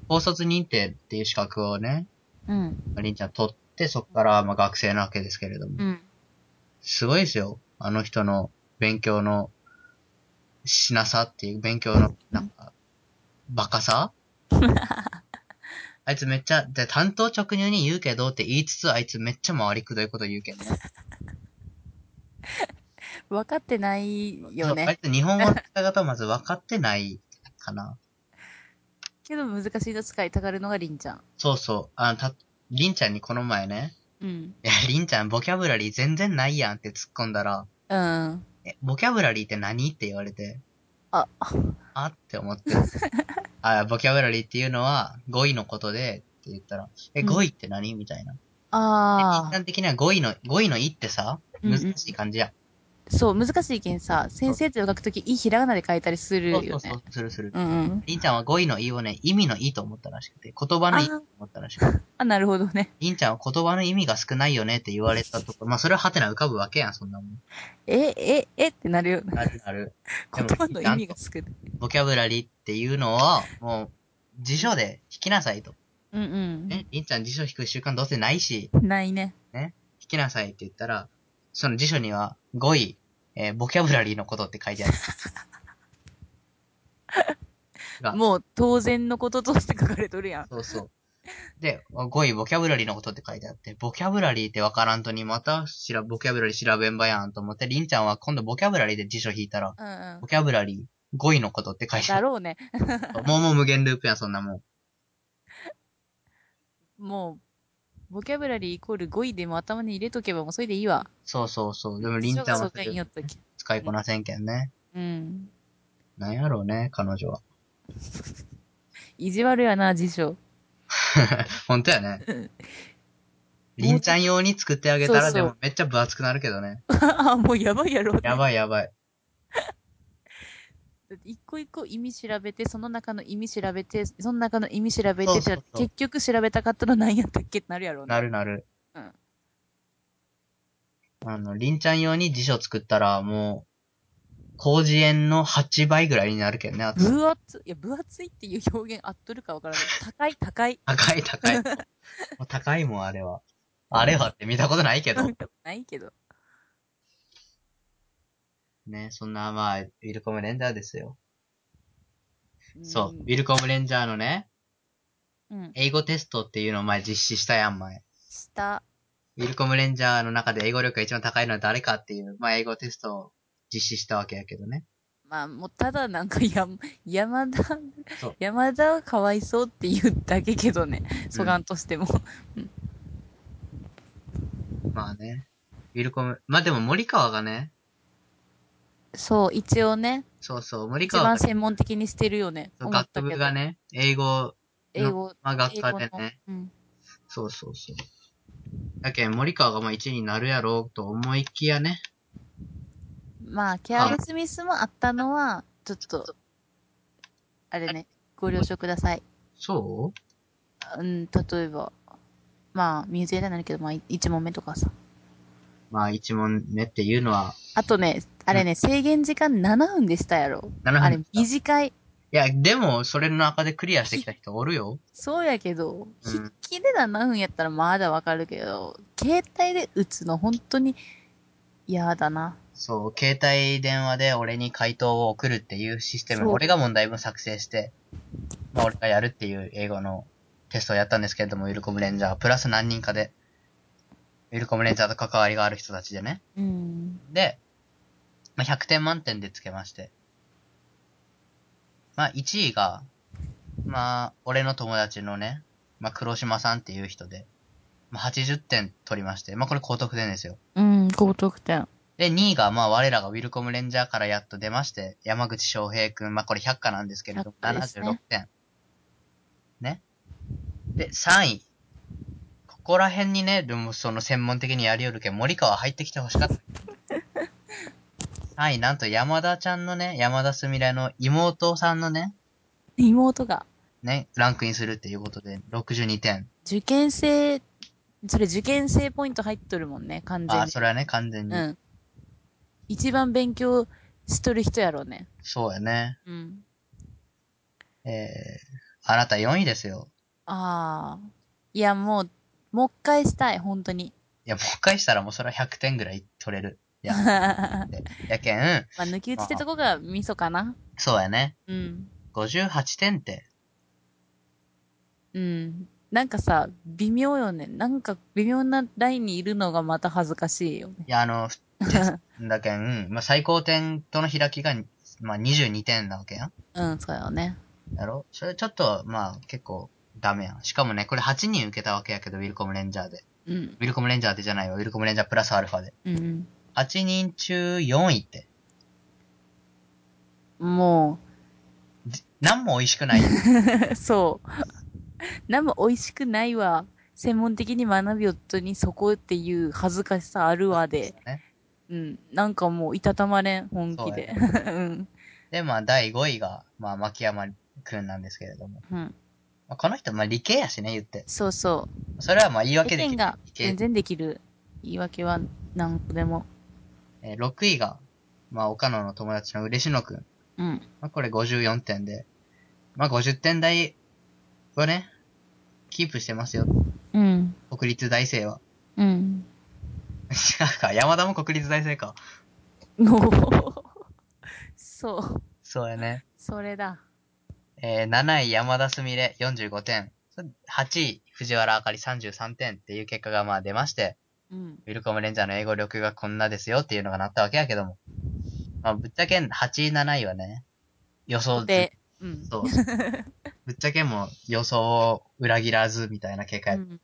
[SPEAKER 1] 高卒認定っていう資格をね、
[SPEAKER 2] うん。
[SPEAKER 1] まありんちゃん取って、そっから、まあ、学生なわけですけれども。
[SPEAKER 2] うん。
[SPEAKER 1] すごいですよ。あの人の勉強のしなさっていう、勉強の、なんか、バカさあいつめっちゃ、で、担当直入に言うけどって言いつつ、あいつめっちゃ回りくどいこと言うけどね。
[SPEAKER 2] 分かってないよ
[SPEAKER 1] あい
[SPEAKER 2] ね。
[SPEAKER 1] つ日本語の使い方をまず分かってないかな。
[SPEAKER 2] けど難しいの使いたがるのがりんちゃん。
[SPEAKER 1] そうそう。あの、た、りんちゃんにこの前ね、
[SPEAKER 2] うん。
[SPEAKER 1] いや、りんちゃんボキャブラリー全然ないやんって突っ込んだら、
[SPEAKER 2] うん。
[SPEAKER 1] え、ボキャブラリーって何って言われて、
[SPEAKER 2] あ、
[SPEAKER 1] あって思 って。あ、ボキャブラリーっていうのは語彙のことで、って言ったら、え、
[SPEAKER 2] うん
[SPEAKER 1] 語彙って何みたいな。
[SPEAKER 2] あ
[SPEAKER 1] 一
[SPEAKER 2] あ、
[SPEAKER 1] 般的には語彙の、語彙のいってさ、
[SPEAKER 2] うんう
[SPEAKER 1] 難
[SPEAKER 2] ん
[SPEAKER 1] しい感じや。
[SPEAKER 2] そう、難しいけんさ、先生って書くとき、いひらがなで書いたりするよね。
[SPEAKER 1] そうそうそう、するする。
[SPEAKER 2] うんうん。
[SPEAKER 1] りんちゃんは語彙のいをね、意味のいと思ったらしくて、言葉のいと思ったらしく て、
[SPEAKER 2] あ、なるほどね。
[SPEAKER 1] りんちゃんは言葉の意味が少ないよねって言われたところ、まあそれはハテナ浮かぶわけやん、そんなもん。
[SPEAKER 2] え、え、えってなるよね。
[SPEAKER 1] あるある。で
[SPEAKER 2] 言
[SPEAKER 1] も
[SPEAKER 2] 葉の意味が少ない。
[SPEAKER 1] ボキャブラリーっていうのは、もう、辞書で引きなさいと。
[SPEAKER 2] うん
[SPEAKER 1] ね、りんちゃん辞書引く習慣どうせないし、
[SPEAKER 2] うん。ないね。
[SPEAKER 1] 引きなさいって言ったら、その辞書には語彙、えーボキャブラリーのことって書いてあ る。が
[SPEAKER 2] もう当然のこととして書かれとるやん。
[SPEAKER 1] そうそう。で、語彙、ボキャブラリーのことって書いてあって、ボキャブラリーってわからんとに、またしら、ボキャブラリー調べんばやんと思って、りんちゃんは今度ボキャブラリーで辞書引いたら、
[SPEAKER 2] うんうん
[SPEAKER 1] ボ。キャブラリー、語彙のことって書いてあ
[SPEAKER 2] だ
[SPEAKER 1] る。
[SPEAKER 2] ろうね。
[SPEAKER 1] もうもう無限ループやん、そんなもん。
[SPEAKER 2] もう、ボキャブラリーイコール語彙でも頭に入れとけばもうそれでいいわ。
[SPEAKER 1] そうそうそう。でもりんちゃんは
[SPEAKER 2] そ
[SPEAKER 1] そう
[SPEAKER 2] だ
[SPEAKER 1] れ
[SPEAKER 2] よ、言おったっけ。
[SPEAKER 1] 使いこなせんけんね。
[SPEAKER 2] うん。
[SPEAKER 1] なんやろうね、彼女は。
[SPEAKER 2] 意地悪やな、辞書。
[SPEAKER 1] ほんとやね。りんちゃん用に作ってあげた
[SPEAKER 2] そ
[SPEAKER 1] ら、
[SPEAKER 2] うそ
[SPEAKER 1] で
[SPEAKER 2] う
[SPEAKER 1] もめっちゃ分厚くなるけどね。
[SPEAKER 2] あ、もうやばいやろ。
[SPEAKER 1] やばいやばい。
[SPEAKER 2] だって一個一個意味調べて、その中の意味調べて、その中の意味調べてって
[SPEAKER 1] そうそうそう
[SPEAKER 2] 結局調べたかったの何やったっけってなるやろうね。
[SPEAKER 1] なるなる。
[SPEAKER 2] うん
[SPEAKER 1] あの、りんちゃん用に辞書作ったら、もう、広辞苑の8倍ぐらいになるけどね。あと
[SPEAKER 2] 分厚い、いや、分厚いっていう表現合っとるかわからない。高い、高い。
[SPEAKER 1] 高い高い。 もう高いもん、あれは。あれはって見たことないけど。
[SPEAKER 2] ないけど。
[SPEAKER 1] ね、そんな、まあ、ウィルコムレンジャーですよ。
[SPEAKER 2] ん
[SPEAKER 1] そう、ウィルコムレンジャーのね、
[SPEAKER 2] うん。
[SPEAKER 1] 英語テストっていうのを前実施したやん、前。
[SPEAKER 2] した。
[SPEAKER 1] ウィルコムレンジャーの中で英語力が一番高いのは誰かっていう、まあ、英語テストを実施したわけやけどね。
[SPEAKER 2] まあ、もうただなんか や、山田
[SPEAKER 1] そう、
[SPEAKER 2] 山田はかわいそうって言うだけけどね。素顔としても。
[SPEAKER 1] まあね。ウィルコム、まあでも森川がね、
[SPEAKER 2] そう、一応ね、
[SPEAKER 1] そうそう、森
[SPEAKER 2] 一
[SPEAKER 1] 川
[SPEAKER 2] 番
[SPEAKER 1] が、
[SPEAKER 2] 専門的にしてるよね。
[SPEAKER 1] そう
[SPEAKER 2] 思っ
[SPEAKER 1] 学
[SPEAKER 2] た
[SPEAKER 1] 部
[SPEAKER 2] けど
[SPEAKER 1] がね、英語
[SPEAKER 2] 英
[SPEAKER 1] の、
[SPEAKER 2] 語、
[SPEAKER 1] まあ、学
[SPEAKER 2] 英
[SPEAKER 1] 科
[SPEAKER 2] 語
[SPEAKER 1] で
[SPEAKER 2] の
[SPEAKER 1] ね、。
[SPEAKER 2] うん。
[SPEAKER 1] そうそうそう。だけん森川がまあ1位になるやろうと思いきやね、
[SPEAKER 2] まあ、ケアレスミスもあったのは、ちょっと、あれね、ご了承ください。
[SPEAKER 1] そう
[SPEAKER 2] うん、例えば、まあ、ミュージアムになるけど、まあ、1問目とかさ。
[SPEAKER 1] まあ1問目っていうのは、
[SPEAKER 2] あとね、あれね、制限時間7分でしたやろ。
[SPEAKER 1] 7分
[SPEAKER 2] あれ、短い。
[SPEAKER 1] いや、でも、それの中でクリアしてきた人おるよ。
[SPEAKER 2] そうやけど、
[SPEAKER 1] うん
[SPEAKER 2] 筆記で7分やったらまだわかるけど、携帯で打つの本当に嫌だな。
[SPEAKER 1] そう、携帯電話で俺に回答を送るっていうシステム、
[SPEAKER 2] そう
[SPEAKER 1] 俺が問題文作成して、まあ俺がやるっていう英語のテストをやったんですけれども、ウィルコムレンジャー、プラス何人かで、ウィルコムレンジャーと関わりがある人たちでね。
[SPEAKER 2] うん。
[SPEAKER 1] で、まあ、100点満点でつけまして。まあ1位が、まあ俺の友達のね、まあ黒島さんっていう人で、まあ80点取りまして、まあこれ高得点ですよ。
[SPEAKER 2] うん、高得点。
[SPEAKER 1] で、2位が、まあ、我らがウィルコムレンジャーからやっと出まして、山口翔平くん、まあ、これ100課なんですけれども、
[SPEAKER 2] 100ですね
[SPEAKER 1] 76点。ね。で、3位。ここら辺にね、でも、その専門的にやりよるけん、森川入ってきてほしかった。3位、なんと山田ちゃんのね、山田すみれの妹さんのね、
[SPEAKER 2] 妹が、
[SPEAKER 1] ね、ランクインするっていうことで、62点。
[SPEAKER 2] 受験生、それ受験生ポイント入っとるもんね、完全
[SPEAKER 1] あ、
[SPEAKER 2] に。
[SPEAKER 1] それはね、完全に。
[SPEAKER 2] うん。一番勉強しとる人やろうね。
[SPEAKER 1] そうやね。
[SPEAKER 2] うん。
[SPEAKER 1] えー、あなた4位ですよ。
[SPEAKER 2] ああ。いや、もう、もう一回したい、本当 に。
[SPEAKER 1] いや、もう一回したらもうそれは100点ぐらい取れる。いや、
[SPEAKER 2] まあ、
[SPEAKER 1] やけん、
[SPEAKER 2] 抜き打ちってとこがミソかな。
[SPEAKER 1] そうやね。
[SPEAKER 2] うん。
[SPEAKER 1] 58点って。
[SPEAKER 2] うん。なんかさ、微妙よね。なんか微妙なラインにいるのがまた恥ずかしいよね。
[SPEAKER 1] いや、あの、だけ ん、まあ、最高点との開きが、まあ、22点なわけやん。
[SPEAKER 2] うん、そうよね。
[SPEAKER 1] やろそれちょっと、まあ、結構、ダメやん。しかもね、これ8人受けたわけやけど、ウィルコムレンジャーで。
[SPEAKER 2] うん。
[SPEAKER 1] ウィルコムレンジャーでじゃないわ。ウィルコムレンジャープラスアルファで。
[SPEAKER 2] うん。
[SPEAKER 1] 8人中4位って。
[SPEAKER 2] も
[SPEAKER 1] 何も美味しくない。
[SPEAKER 2] う、そう。何も美味しくないわ。専門的に学びよっとにそこっていう恥ずかしさあるわで、
[SPEAKER 1] ね
[SPEAKER 2] うん、なんかもういたたまれん、本気で。うん。
[SPEAKER 1] で、まあ、第5位が、まあ、牧山くんなんですけれども。
[SPEAKER 2] うん。
[SPEAKER 1] まあ、この人、まあ、理系やしね、言って。
[SPEAKER 2] そうそ。
[SPEAKER 1] それはまあ、言いう訳
[SPEAKER 2] 意
[SPEAKER 1] でき
[SPEAKER 2] 見
[SPEAKER 1] る
[SPEAKER 2] が。
[SPEAKER 1] 理系
[SPEAKER 2] 全然できる。言い訳は何個でも。
[SPEAKER 1] えー6位が、まあ、岡野の友達の嬉野くん。
[SPEAKER 2] うん。
[SPEAKER 1] まあ、これ54点で。まあ、50点台をね、キープしてますよ。
[SPEAKER 2] うん。
[SPEAKER 1] 国立大生は。
[SPEAKER 2] うん。
[SPEAKER 1] 違うか。山田も国立大生か。
[SPEAKER 2] もう。そう。
[SPEAKER 1] そうやね。
[SPEAKER 2] それだ。
[SPEAKER 1] えー7位山田すみれ45点。そ8位藤原あかり33点っていう結果がまあ出まして、
[SPEAKER 2] うん。
[SPEAKER 1] ウィルコムレンジャーの英語力がこんなですよっていうのがなったわけやけども。まあぶっちゃけ8位7位はね、予想
[SPEAKER 2] で、うん。
[SPEAKER 1] そう。ぶっちゃけもう予想を裏切らずみたいな結果
[SPEAKER 2] う
[SPEAKER 1] や、
[SPEAKER 2] ん。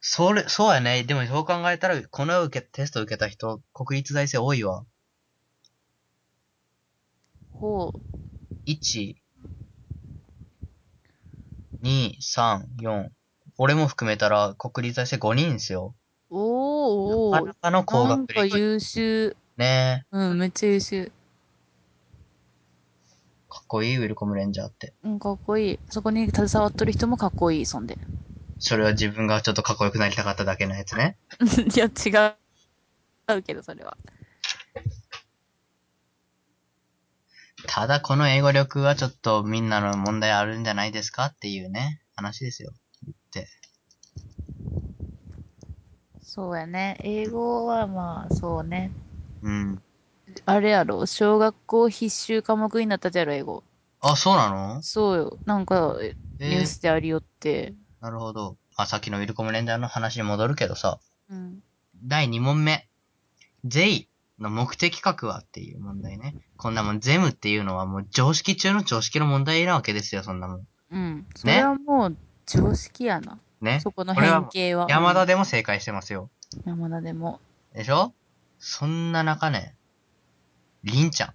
[SPEAKER 1] それ、そうやね。でもそう考えたら、この受けテスト受けた人、国立大生多いわ。
[SPEAKER 2] ほう。
[SPEAKER 1] 1、2、3、4。俺も含めたら、国立大生5人ですよ。
[SPEAKER 2] お
[SPEAKER 1] なか
[SPEAKER 2] ーおー
[SPEAKER 1] なかの高
[SPEAKER 2] なん
[SPEAKER 1] 学
[SPEAKER 2] か
[SPEAKER 1] 歴。
[SPEAKER 2] 優秀。
[SPEAKER 1] ね
[SPEAKER 2] うん、めっちゃ優秀。
[SPEAKER 1] かっこいい、ウィルコムレンジャーって。
[SPEAKER 2] うん、かっこいい。そこに携わっとる人もかっこいい、そんで。
[SPEAKER 1] それは自分がちょっとかっこよくなりたかっただけのやつね。
[SPEAKER 2] いや、違う。違うけど、それは。
[SPEAKER 1] ただ、この英語力はちょっとみんなの問題あるんじゃないですかっていうね、話ですよ。
[SPEAKER 2] そうやね。英語はまあ、そうね。
[SPEAKER 1] うん。
[SPEAKER 2] あれやろ、小学校必修科目になったじゃろ、英語。
[SPEAKER 1] あ、そうなの
[SPEAKER 2] そうよ。なんか、ニュ
[SPEAKER 1] え
[SPEAKER 2] ー
[SPEAKER 1] ー、
[SPEAKER 2] スでありよって。
[SPEAKER 1] なるほど。まあ、さっきのウィルコムレンジャーの話に戻るけどさ。
[SPEAKER 2] うん。
[SPEAKER 1] 第2問目。J の目的格はっていう問題ね。こんなもん、ゼムっていうのはもう常識中の常識の問題なわけですよ、そんなもん。
[SPEAKER 2] うん。それはもう、常識やな。
[SPEAKER 1] ね。
[SPEAKER 2] そこの変形は。
[SPEAKER 1] 山田
[SPEAKER 2] で。
[SPEAKER 1] でも正解してますよ。
[SPEAKER 2] 山田でも。
[SPEAKER 1] でしょそんな中ね、りんちゃ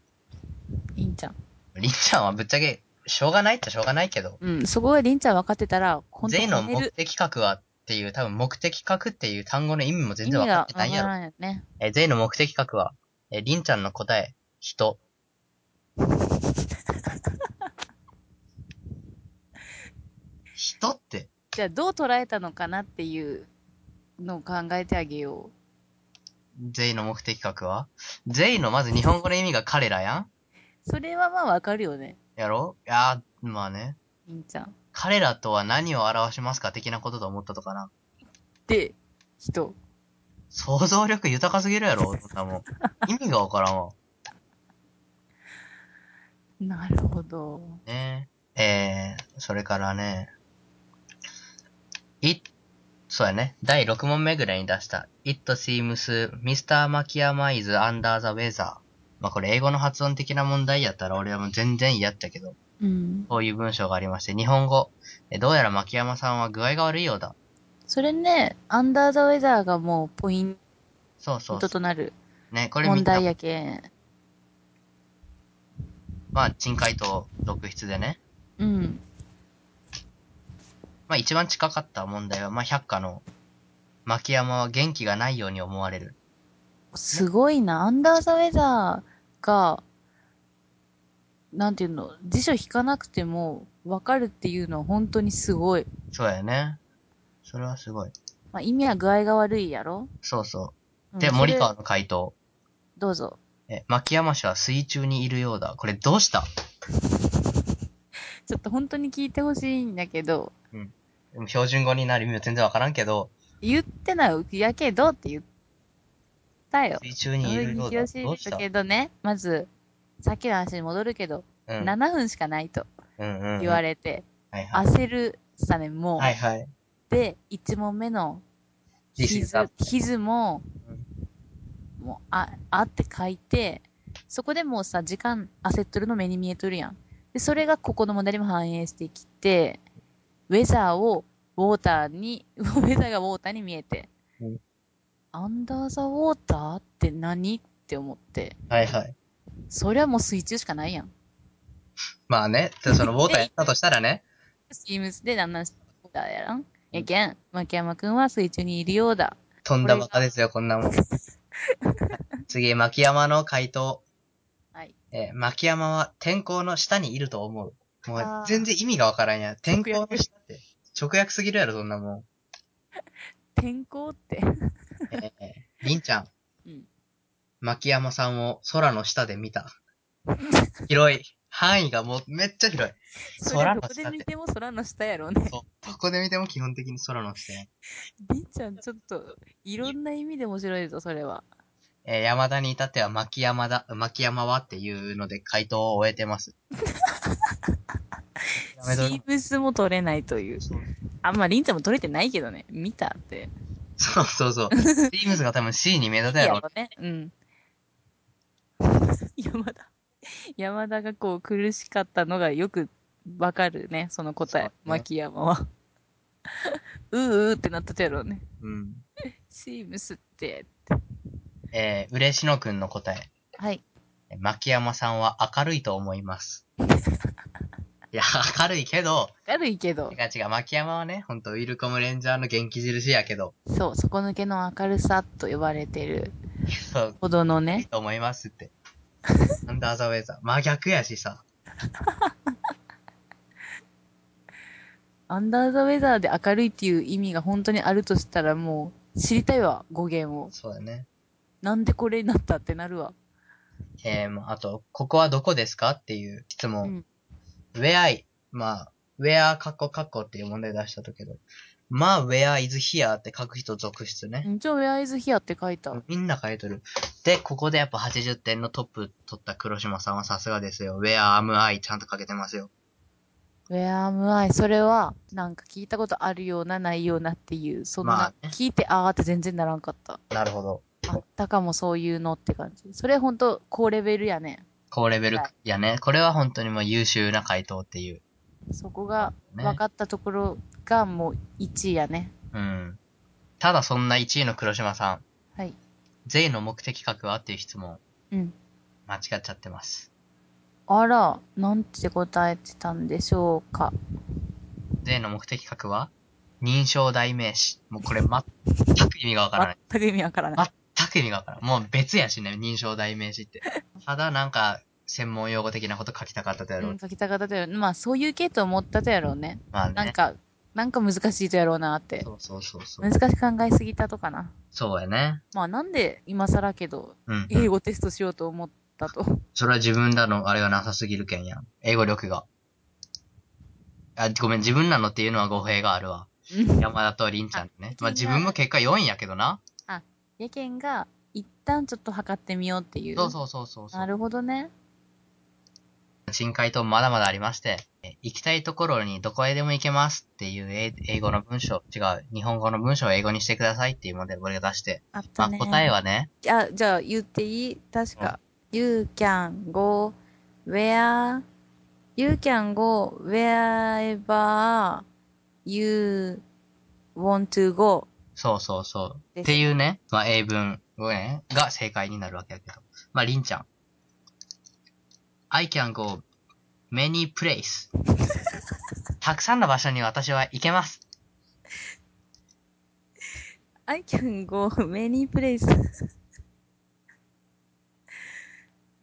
[SPEAKER 2] りんちゃん。
[SPEAKER 1] ん。りんちゃんはぶっちゃけ、しょうがないっちゃしょうがないけど、
[SPEAKER 2] うん。そこがりんちゃん分かってたら、ほんと
[SPEAKER 1] J の
[SPEAKER 2] 褒め
[SPEAKER 1] 目
[SPEAKER 2] る
[SPEAKER 1] 的格はっていう、多分目的格っていう単語の意味も
[SPEAKER 2] 意
[SPEAKER 1] 全
[SPEAKER 2] 味
[SPEAKER 1] 然わか
[SPEAKER 2] が
[SPEAKER 1] って
[SPEAKER 2] わか
[SPEAKER 1] ないんやろ。
[SPEAKER 2] らんよね。
[SPEAKER 1] えー、J の目的格は、えー、りんちゃんの答え、人。人って、
[SPEAKER 2] じゃあどう捉えたのかなっていうのを考えてあげよ
[SPEAKER 1] J の目的格は ?J のまず日本語の意味が彼らやん
[SPEAKER 2] う。それはまあわかるよね、
[SPEAKER 1] やろいやー、まあね。
[SPEAKER 2] りんちゃん。
[SPEAKER 1] 彼らとは何を表しますか的なことと思ったとかな。
[SPEAKER 2] で、人。
[SPEAKER 1] 想像力豊かすぎるやろそんなもん。意味がわからんわ。
[SPEAKER 2] なるほど。
[SPEAKER 1] ねえ。ー、それからね、い、そうやね。第6問目ぐらいに出した、It seems Mr. Makiyama is under the weather. まあこれ英語の発音的な問題やったら俺はもう全然嫌やったけど、
[SPEAKER 2] うん。
[SPEAKER 1] こういう文章がありまして、日本語、えどうやら牧山さんは具合が悪いようだ。
[SPEAKER 2] それね、アンダーザウェザーがもうポイン
[SPEAKER 1] そうそう
[SPEAKER 2] トとなる
[SPEAKER 1] ね、これみ
[SPEAKER 2] 問
[SPEAKER 1] んな
[SPEAKER 2] 題、やけん。
[SPEAKER 1] まあ、珍回答続出でね。
[SPEAKER 2] うん。
[SPEAKER 1] まあ一番近かった問題は、まあ百科の、牧山は元気がないように思われる。
[SPEAKER 2] すごいな。アンダーザウェザーが、なんていうの、辞書引かなくてもわかるっていうのは本当にすごい。
[SPEAKER 1] そうやね。それはすごい。
[SPEAKER 2] まあ、意味は具合が悪いやろ、
[SPEAKER 1] そうそうう。
[SPEAKER 2] ん
[SPEAKER 1] で、
[SPEAKER 2] それ
[SPEAKER 1] 森川の回答。
[SPEAKER 2] どうぞ。
[SPEAKER 1] え、牧山氏は水中にいるようだ。これどうした
[SPEAKER 2] ちょっと本当に聞いてほしいんだけど、
[SPEAKER 1] でも標準語になる意味は全然わからんけど、
[SPEAKER 2] 言ってない、やけどって言ったよ。
[SPEAKER 1] 水中にいるようだ。
[SPEAKER 2] 広
[SPEAKER 1] どうし
[SPEAKER 2] だ
[SPEAKER 1] た
[SPEAKER 2] けどね、まず、さっきの話に戻るけど、
[SPEAKER 1] うん。
[SPEAKER 2] 7分しかないと
[SPEAKER 1] うんうん。
[SPEAKER 2] 言わ
[SPEAKER 1] れ。
[SPEAKER 2] れて、
[SPEAKER 1] はいはい。
[SPEAKER 2] 焦るさね、もう。
[SPEAKER 1] はいはい。
[SPEAKER 2] で、1問目の、
[SPEAKER 1] This
[SPEAKER 2] ヒ
[SPEAKER 1] is up
[SPEAKER 2] ズ、ヒズも、もう、あ、あって書いて、そこでもうさ、時間焦っとるの目に見えとるやん。で、それがここの問題にも反映してきて、ウェザーをウォーターに、 ウェザーがウォーターに見えて、
[SPEAKER 1] うん
[SPEAKER 2] アンダーザウォーターって何って思って、
[SPEAKER 1] はいはい。
[SPEAKER 2] そりゃもう水中しかないやん。
[SPEAKER 1] まあね、そのウォーターやったとしたらね、
[SPEAKER 2] スキームスでなんなんしたやらんやけん、牧山くんは水中にいるようだ。
[SPEAKER 1] とんだバカですよ、こんなもん。次、牧山の回答。
[SPEAKER 2] はい。
[SPEAKER 1] えー、牧山は天候の下にいると思う。も
[SPEAKER 2] あ
[SPEAKER 1] う
[SPEAKER 2] ー
[SPEAKER 1] 全然意味がわからんやん。天候
[SPEAKER 2] 直
[SPEAKER 1] の
[SPEAKER 2] 訳
[SPEAKER 1] 下って。直訳すぎるやろ、そんなもん。
[SPEAKER 2] 天候って。
[SPEAKER 1] えー、りんちゃん。
[SPEAKER 2] うん。
[SPEAKER 1] 牧山さんを空の下で見 た。広い。範囲がもうめっちゃ広い。
[SPEAKER 2] それ
[SPEAKER 1] 空
[SPEAKER 2] は
[SPEAKER 1] の
[SPEAKER 2] どこで
[SPEAKER 1] 下っ
[SPEAKER 2] 見
[SPEAKER 1] て。
[SPEAKER 2] ても空の下やろうね。
[SPEAKER 1] そう。どこで見ても基本的に空の下や。
[SPEAKER 2] りんちゃん、ちょっと、いろんな意味で面白いぞ、それは。
[SPEAKER 1] えー山田に至っては牧山だ、牧山はっていうので回答を終えてます。や
[SPEAKER 2] シ
[SPEAKER 1] めと
[SPEAKER 2] ーブスも取れないという。あんまりんちゃんも取れてないけどね。見たって。
[SPEAKER 1] そうそうそう。スティームズが多分 C に目立たやろ。
[SPEAKER 2] ね。うん。 山田。山田がこう苦しかったのがよくわかるね、その答え。
[SPEAKER 1] そうね
[SPEAKER 2] 牧山は。 うーうーってなったとやろうね。
[SPEAKER 1] うん。
[SPEAKER 2] シームスって。
[SPEAKER 1] えー、嬉野くんの答え。
[SPEAKER 2] はい。
[SPEAKER 1] 牧山さんは明るいと思います。いや、明るいけど、
[SPEAKER 2] 明るいけど
[SPEAKER 1] 違。う違う、牧山はね、ほんと、ウィルコムレンジャーの元気印やけど、
[SPEAKER 2] そう、底抜けの明るさと呼ばれてる
[SPEAKER 1] そう、
[SPEAKER 2] ほどの
[SPEAKER 1] いい
[SPEAKER 2] ね。
[SPEAKER 1] と思いますって。アンダーザウェザー。真逆やしさ。
[SPEAKER 2] アンダーザウェザーで明るいっていう意味が本当にあるとしたらもう知りたいわ、語源を。
[SPEAKER 1] そうだね。
[SPEAKER 2] なんでこれになったってなるわ。
[SPEAKER 1] えー、まああと、ここはどこですかっていう質問。
[SPEAKER 2] うん。
[SPEAKER 1] where I, まあ、where カッコカッコっていう問題出したとけど、まあ、where is here って書く人続出ね。
[SPEAKER 2] 一応、Where is here って書いた。
[SPEAKER 1] みんな書いとる。で、ここでやっぱ80点のトップ取った黒島さんはさすがですよ。where am I ちゃんと書けてますよ。
[SPEAKER 2] ウェアムアイ、それは、なんか聞いたことあるような、ないようなっていう、そんな、
[SPEAKER 1] まあね
[SPEAKER 2] 聞いて、あーって全然ならんかった。
[SPEAKER 1] なるほど。
[SPEAKER 2] あったかもそういうのって感じ。それほんと、高レベルやね。
[SPEAKER 1] 高レベル
[SPEAKER 2] はい
[SPEAKER 1] やね。これは本当にもう優秀な回答っていう。
[SPEAKER 2] そこが、
[SPEAKER 1] ね
[SPEAKER 2] 分かったところがもう1位やね。
[SPEAKER 1] うん。ただそんな1位の黒島さん、
[SPEAKER 2] はい。
[SPEAKER 1] 税の目的額はっていう質問、
[SPEAKER 2] うん。
[SPEAKER 1] 間違っちゃってます。
[SPEAKER 2] あら、なんて答えてたんでしょうか。
[SPEAKER 1] 税の目的額は認証代名詞。もうこれ全く意味がわから ない。
[SPEAKER 2] 全く意味わからない。
[SPEAKER 1] 全く意味がわからん。もう別やしね、認証代名詞って。ただなんか、専門用語的なこと書きたかったとやろう。
[SPEAKER 2] うん、書きたかったとやろう。まあ、そういう系と思ったとやろうね。
[SPEAKER 1] まあね。
[SPEAKER 2] なんか、なんか難しいとやろうなって。
[SPEAKER 1] そうそうそうそう
[SPEAKER 2] 難。しく考えすぎたとかな。
[SPEAKER 1] そうやね。
[SPEAKER 2] まあ、なんで、今更けど、
[SPEAKER 1] うん。
[SPEAKER 2] 英語テストしようと思ったと。
[SPEAKER 1] それは自分らのあれがなさすぎるけんやん。英語力が。あ、ごめん、自分らのっていうのは語弊があるわ。山田とりんちゃんとね。
[SPEAKER 2] あ
[SPEAKER 1] まあ自分も結果4位やけどな。
[SPEAKER 2] やけんが、一旦ちょっと測ってみようっていう。
[SPEAKER 1] そうそうそうそうそ
[SPEAKER 2] な
[SPEAKER 1] う。
[SPEAKER 2] るほどね。
[SPEAKER 1] 深海とまだまだありまして、え行きたいところにどこへでも行けますっていう英英語の文章、違う、日本語の文章を英語にしてくださいっていう問題を俺が出して、
[SPEAKER 2] あった
[SPEAKER 1] まあ
[SPEAKER 2] ね。
[SPEAKER 1] 答え
[SPEAKER 2] は。
[SPEAKER 1] はね、
[SPEAKER 2] あ、じゃあ言っていい確か。you can go where, you can go wherever you want to go.
[SPEAKER 1] そうそうそう。
[SPEAKER 2] です
[SPEAKER 1] っていうね、まあ、英文をねが正解になるわけやけど。まあ、りんちゃん。I can go many place. たくさんの場所に私は行けます。
[SPEAKER 2] I can go many places.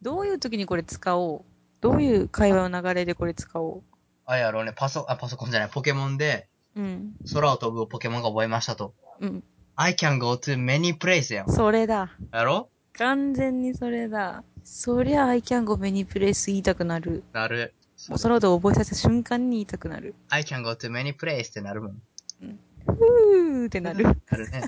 [SPEAKER 2] どういう時にこれ使おうどういう会話の流れでこれ使お
[SPEAKER 1] あれやろうね、パソ、あ、パソコンじゃない、ポケモンで
[SPEAKER 2] ううん。
[SPEAKER 1] 空を飛ぶポケモンが覚えましたと。
[SPEAKER 2] うん。
[SPEAKER 1] I can go to many place やん。
[SPEAKER 2] それだ。
[SPEAKER 1] やろ
[SPEAKER 2] 完全にそれだ。そりゃ、I can go many place 言いたくなる。
[SPEAKER 1] なる。
[SPEAKER 2] もうそのことを覚えさせた瞬間に言いたくなる。
[SPEAKER 1] I can go to many place ってなるもん。
[SPEAKER 2] ふーってなる。
[SPEAKER 1] なるね。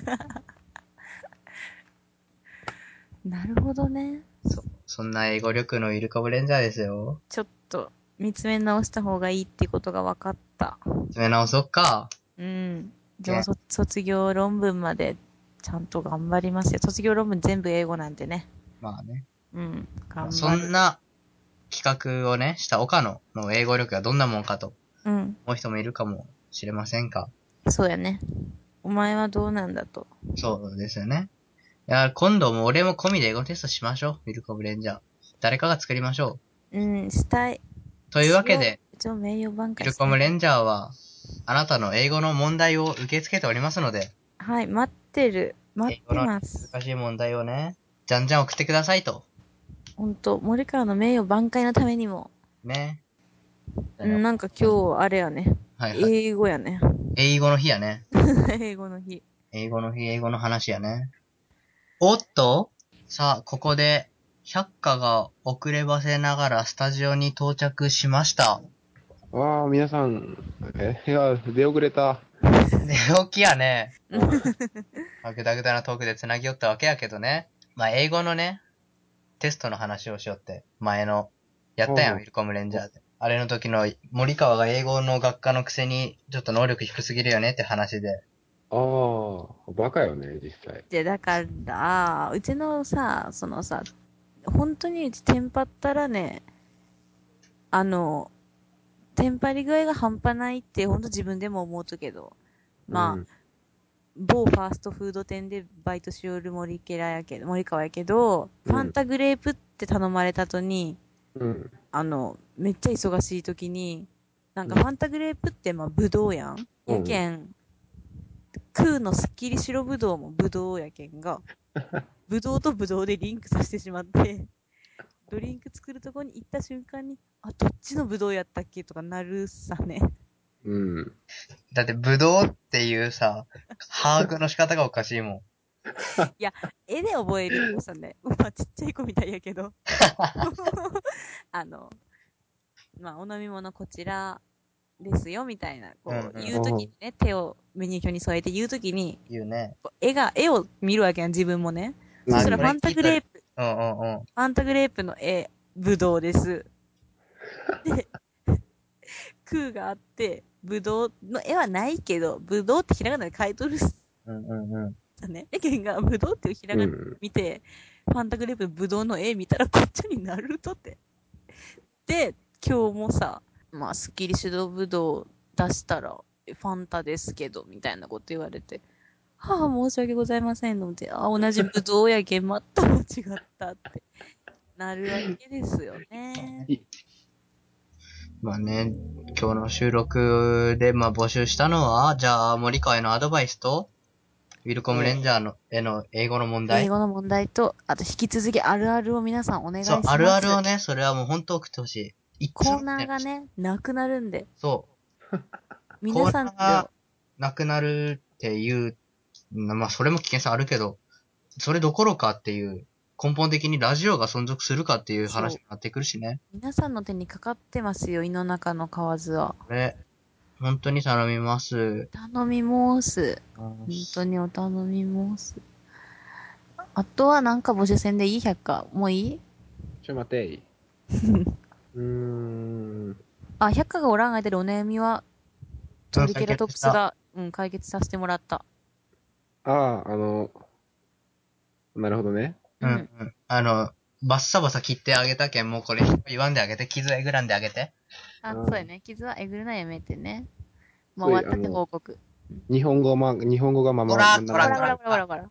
[SPEAKER 2] なるほどね。
[SPEAKER 1] そ、そんな英語力のイルカブレンジャーですよ。
[SPEAKER 2] ちょっと、見つめ直した方がいいってことが分かった。
[SPEAKER 1] 詰め直そっか。
[SPEAKER 2] うん。でも、そ卒業論文まで、ちゃんと頑張りますよ。卒業論文全部英語なんてね。
[SPEAKER 1] まあね。
[SPEAKER 2] うん。頑
[SPEAKER 1] そ
[SPEAKER 2] 張る。
[SPEAKER 1] んな企画をね、した岡野の英語力がどんなもんかと
[SPEAKER 2] うん。
[SPEAKER 1] 思う人もいるかもしれませんか。
[SPEAKER 2] そうやね。お前はどうなんだと。
[SPEAKER 1] そうですよね。いや、今度も俺も込みで英語テストしましょう。ウィルコブレンジャー。誰かが作りましょ
[SPEAKER 2] うん、したい。
[SPEAKER 1] う。というわけで、
[SPEAKER 2] 一応名誉挽
[SPEAKER 1] ウィ
[SPEAKER 2] 回
[SPEAKER 1] ル
[SPEAKER 2] した
[SPEAKER 1] コ
[SPEAKER 2] い
[SPEAKER 1] ブレンジャーはあなたの英語の問題を受け付けておりますので、
[SPEAKER 2] はい、待ってる。待ってます。
[SPEAKER 1] 難しい問題をね、じゃんじゃん送ってくださいと。
[SPEAKER 2] ほんと、森川の名誉挽回のためにも。
[SPEAKER 1] ね。
[SPEAKER 2] うんなんか今日、あれやね。
[SPEAKER 1] はいはい。
[SPEAKER 2] 英語やね。
[SPEAKER 1] 英語の日やね。
[SPEAKER 2] 英語の日。
[SPEAKER 1] 英語の日、英語の話やね。おっとさあ、ここで、百花が遅ればせながらスタジオに到着しました。
[SPEAKER 3] わあ、皆さん、え、 いや、出遅れた。
[SPEAKER 1] 寝起きや ね。まあ、ぐだぐだなトークで繋ぎよったわけやけどね。まあ、英語のね、テストの話をしよって、前の、やったやん、
[SPEAKER 3] お
[SPEAKER 1] ウ
[SPEAKER 3] う
[SPEAKER 1] ィルコムレンジャーで。あれの時の、森川が英語の学科のくせに、ちょっと能力低すぎるよねって話で。
[SPEAKER 3] ああ、バカよね、実際。
[SPEAKER 2] で、だから、うちのさ、そのさ、本当にうちテンパったらね、あの、テンパり具合が半端ないって、ほんと自分でも思うとけど。まあ、
[SPEAKER 3] うん
[SPEAKER 2] 某ファーストフード店でバイトしおる森ケラやけど、森川やけど、
[SPEAKER 3] うん
[SPEAKER 2] ファンタグレープって頼まれた後に、
[SPEAKER 3] うん。
[SPEAKER 2] あの、めっちゃ忙しい時に、なんかファンタグレープってまあブドウやん。
[SPEAKER 3] うん
[SPEAKER 2] やけん、空のすっきり白ブドウもブドウやけん が、ブドウとブドウでリンクさせてしまって、ドリンク作るとこに行った瞬間に、あ、どっちのブドウやったっけとかなるさね。
[SPEAKER 3] うん。
[SPEAKER 1] だって、ブドウっていうさ、把握の仕方がおかしいもん。
[SPEAKER 2] 絵で覚えるさね。 まあ、ちっちゃい子みたいやけど。 あの、まあ、お飲み物こちらですよ、みたいな。こ
[SPEAKER 1] うん
[SPEAKER 2] う、
[SPEAKER 1] うん
[SPEAKER 2] 言うときにね、手をメニュー表に添えて言うときに、
[SPEAKER 1] 言うね。
[SPEAKER 2] こう絵が、絵を見るわけやん、自分もね。
[SPEAKER 1] ま
[SPEAKER 2] そ
[SPEAKER 1] あ
[SPEAKER 2] したら
[SPEAKER 1] こ
[SPEAKER 2] フ
[SPEAKER 1] れ
[SPEAKER 2] ァンタグレープ、フ
[SPEAKER 1] うんうんうん。
[SPEAKER 2] ァンタグレープの絵、ぶどうです。で、 空があって、ぶどうの絵はないけど、ぶどうってひらがなで書いとるっす
[SPEAKER 1] うんうんうん。
[SPEAKER 2] ね。えけんが、ぶどうっていうひら
[SPEAKER 3] う
[SPEAKER 2] がな
[SPEAKER 3] うん。
[SPEAKER 2] 見て、ファンタグレープブドウの絵見たらこっちになるとって。で、今日もさ、まあ、スッキリシュドブドウ出したら、えファンタですけど、みたいなこと言われて、はあ、申し訳ございませんので、あ、同じブドウやけん、全く違ったって、なるわけですよね。
[SPEAKER 1] まあね、今日の収録で、まあ募集したのは、じゃあ、森川へのアドバイスと、ウィルコムレンジャーの、への英語の問
[SPEAKER 2] 英
[SPEAKER 1] 題。
[SPEAKER 2] 語の問題と、あと引き続きあるあるを皆さんお願いし
[SPEAKER 1] そ
[SPEAKER 2] ま
[SPEAKER 1] う
[SPEAKER 2] す。、
[SPEAKER 1] あるあるを。ね、それはもう本当送ってほしい。いつ
[SPEAKER 2] コ
[SPEAKER 1] も
[SPEAKER 2] ーナーが。ね、なくなるんで、
[SPEAKER 1] そ
[SPEAKER 2] 皆さん
[SPEAKER 1] コーナー
[SPEAKER 2] と
[SPEAKER 1] が、う、なくなるっていう、まあそれも危険性あるけど、それどころかっていう、根本的にラジオが存続するかっていう話になってくるしね。
[SPEAKER 2] 皆さんの手にかかってますよ、胃の中の蛙は。
[SPEAKER 1] これ、本当に頼みます。
[SPEAKER 2] 頼み申す。本当にお頼み申す。あとはなんか募集戦でいい百科もういい
[SPEAKER 3] ちょ、待 てい。うーん。
[SPEAKER 2] あ、百科がおらん間でお悩みは、トリケラトプスが、うん、解決させてもらった。
[SPEAKER 3] ああ、あの、なるほどね。
[SPEAKER 1] うんうん。あの、バッサバサ切ってあげたけん、もうこれ言わんであげて、傷えぐらんであげて。
[SPEAKER 2] あ、
[SPEAKER 3] うん
[SPEAKER 2] そうやね。傷はえぐるなやめてね。もう
[SPEAKER 3] おい
[SPEAKER 2] 終わったって
[SPEAKER 3] あの
[SPEAKER 2] 報告。
[SPEAKER 3] 日本語ま、日本語がまま、
[SPEAKER 1] ほら
[SPEAKER 3] まん
[SPEAKER 1] ほ
[SPEAKER 2] ほ
[SPEAKER 1] あ
[SPEAKER 2] ら
[SPEAKER 1] の
[SPEAKER 2] ほ
[SPEAKER 3] 中
[SPEAKER 2] らほらほらほら。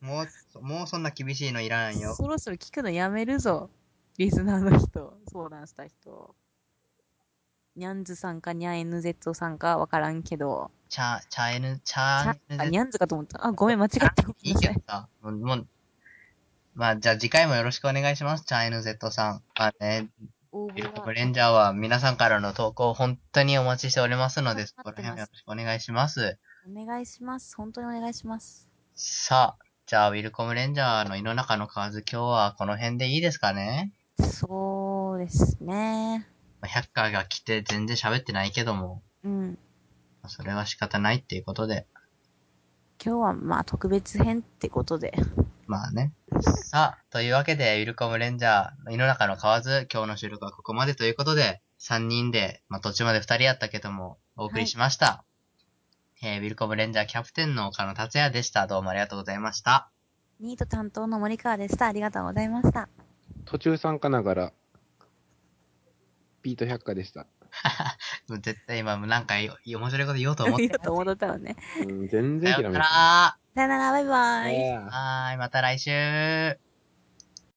[SPEAKER 1] もう、そもうそんな厳しいのいらないよ。
[SPEAKER 2] そろそろ聞くのやめるぞ。リスナーの人、相談した人。ニャンズさんかニャン NZ さんかわからんけど。
[SPEAKER 1] ちゃ、ちゃえぬ、ち
[SPEAKER 2] ち
[SPEAKER 1] ゃ
[SPEAKER 2] ゃ
[SPEAKER 1] え
[SPEAKER 2] あ、
[SPEAKER 1] ぬ
[SPEAKER 2] ニャンズかと思った。あ、ごめん、間違った。ご
[SPEAKER 1] い
[SPEAKER 2] めん
[SPEAKER 1] い
[SPEAKER 2] な
[SPEAKER 1] け
[SPEAKER 2] さい
[SPEAKER 1] ど。さ、もう、もうまあ、じゃあ次回もよろしくお願いします、チャイヌ Z さん。まあね、
[SPEAKER 2] 応
[SPEAKER 1] ビル
[SPEAKER 2] 募
[SPEAKER 1] コ
[SPEAKER 2] は
[SPEAKER 1] ムレンジャーは皆さんからの投稿を本当にお待ちしておりますので、そこら辺もよろしくお願いします。
[SPEAKER 2] お願いします。本当にお願いします。
[SPEAKER 1] さあ、じゃあ、ウィルコムレンジャーの井の中の蛙、今日はこの辺でいいですかね
[SPEAKER 2] そうですね。
[SPEAKER 1] まあ百科が来て全然喋ってないけども。
[SPEAKER 2] うん。
[SPEAKER 1] それは仕方ないっていうことで。
[SPEAKER 2] 今日はまあ特別編ってことで。
[SPEAKER 1] まあね。さあ、というわけで、ウィルコムレンジャー、井の中の河津、今日の収録はここまでということで、3人で、まあ途中まで2人やったけども、お送りしました。えーウィルコムレンジャーキャプテンの岡野達也でした。どうもありがとうございました。
[SPEAKER 2] ニート担当の森川でした。ありがとうございました。
[SPEAKER 3] 途中参加なが ら、ピート百科でした。
[SPEAKER 1] もう絶対今、なんかい面白いこと言おうと思っ
[SPEAKER 2] あ
[SPEAKER 1] て
[SPEAKER 2] り。がとう、戻ったわね。
[SPEAKER 3] うん、全
[SPEAKER 1] さ
[SPEAKER 3] 然
[SPEAKER 1] よ
[SPEAKER 3] ひ
[SPEAKER 1] な
[SPEAKER 3] らめい
[SPEAKER 1] ら。
[SPEAKER 2] さよなら、バイバイ。
[SPEAKER 3] た。
[SPEAKER 1] はーい、また来週。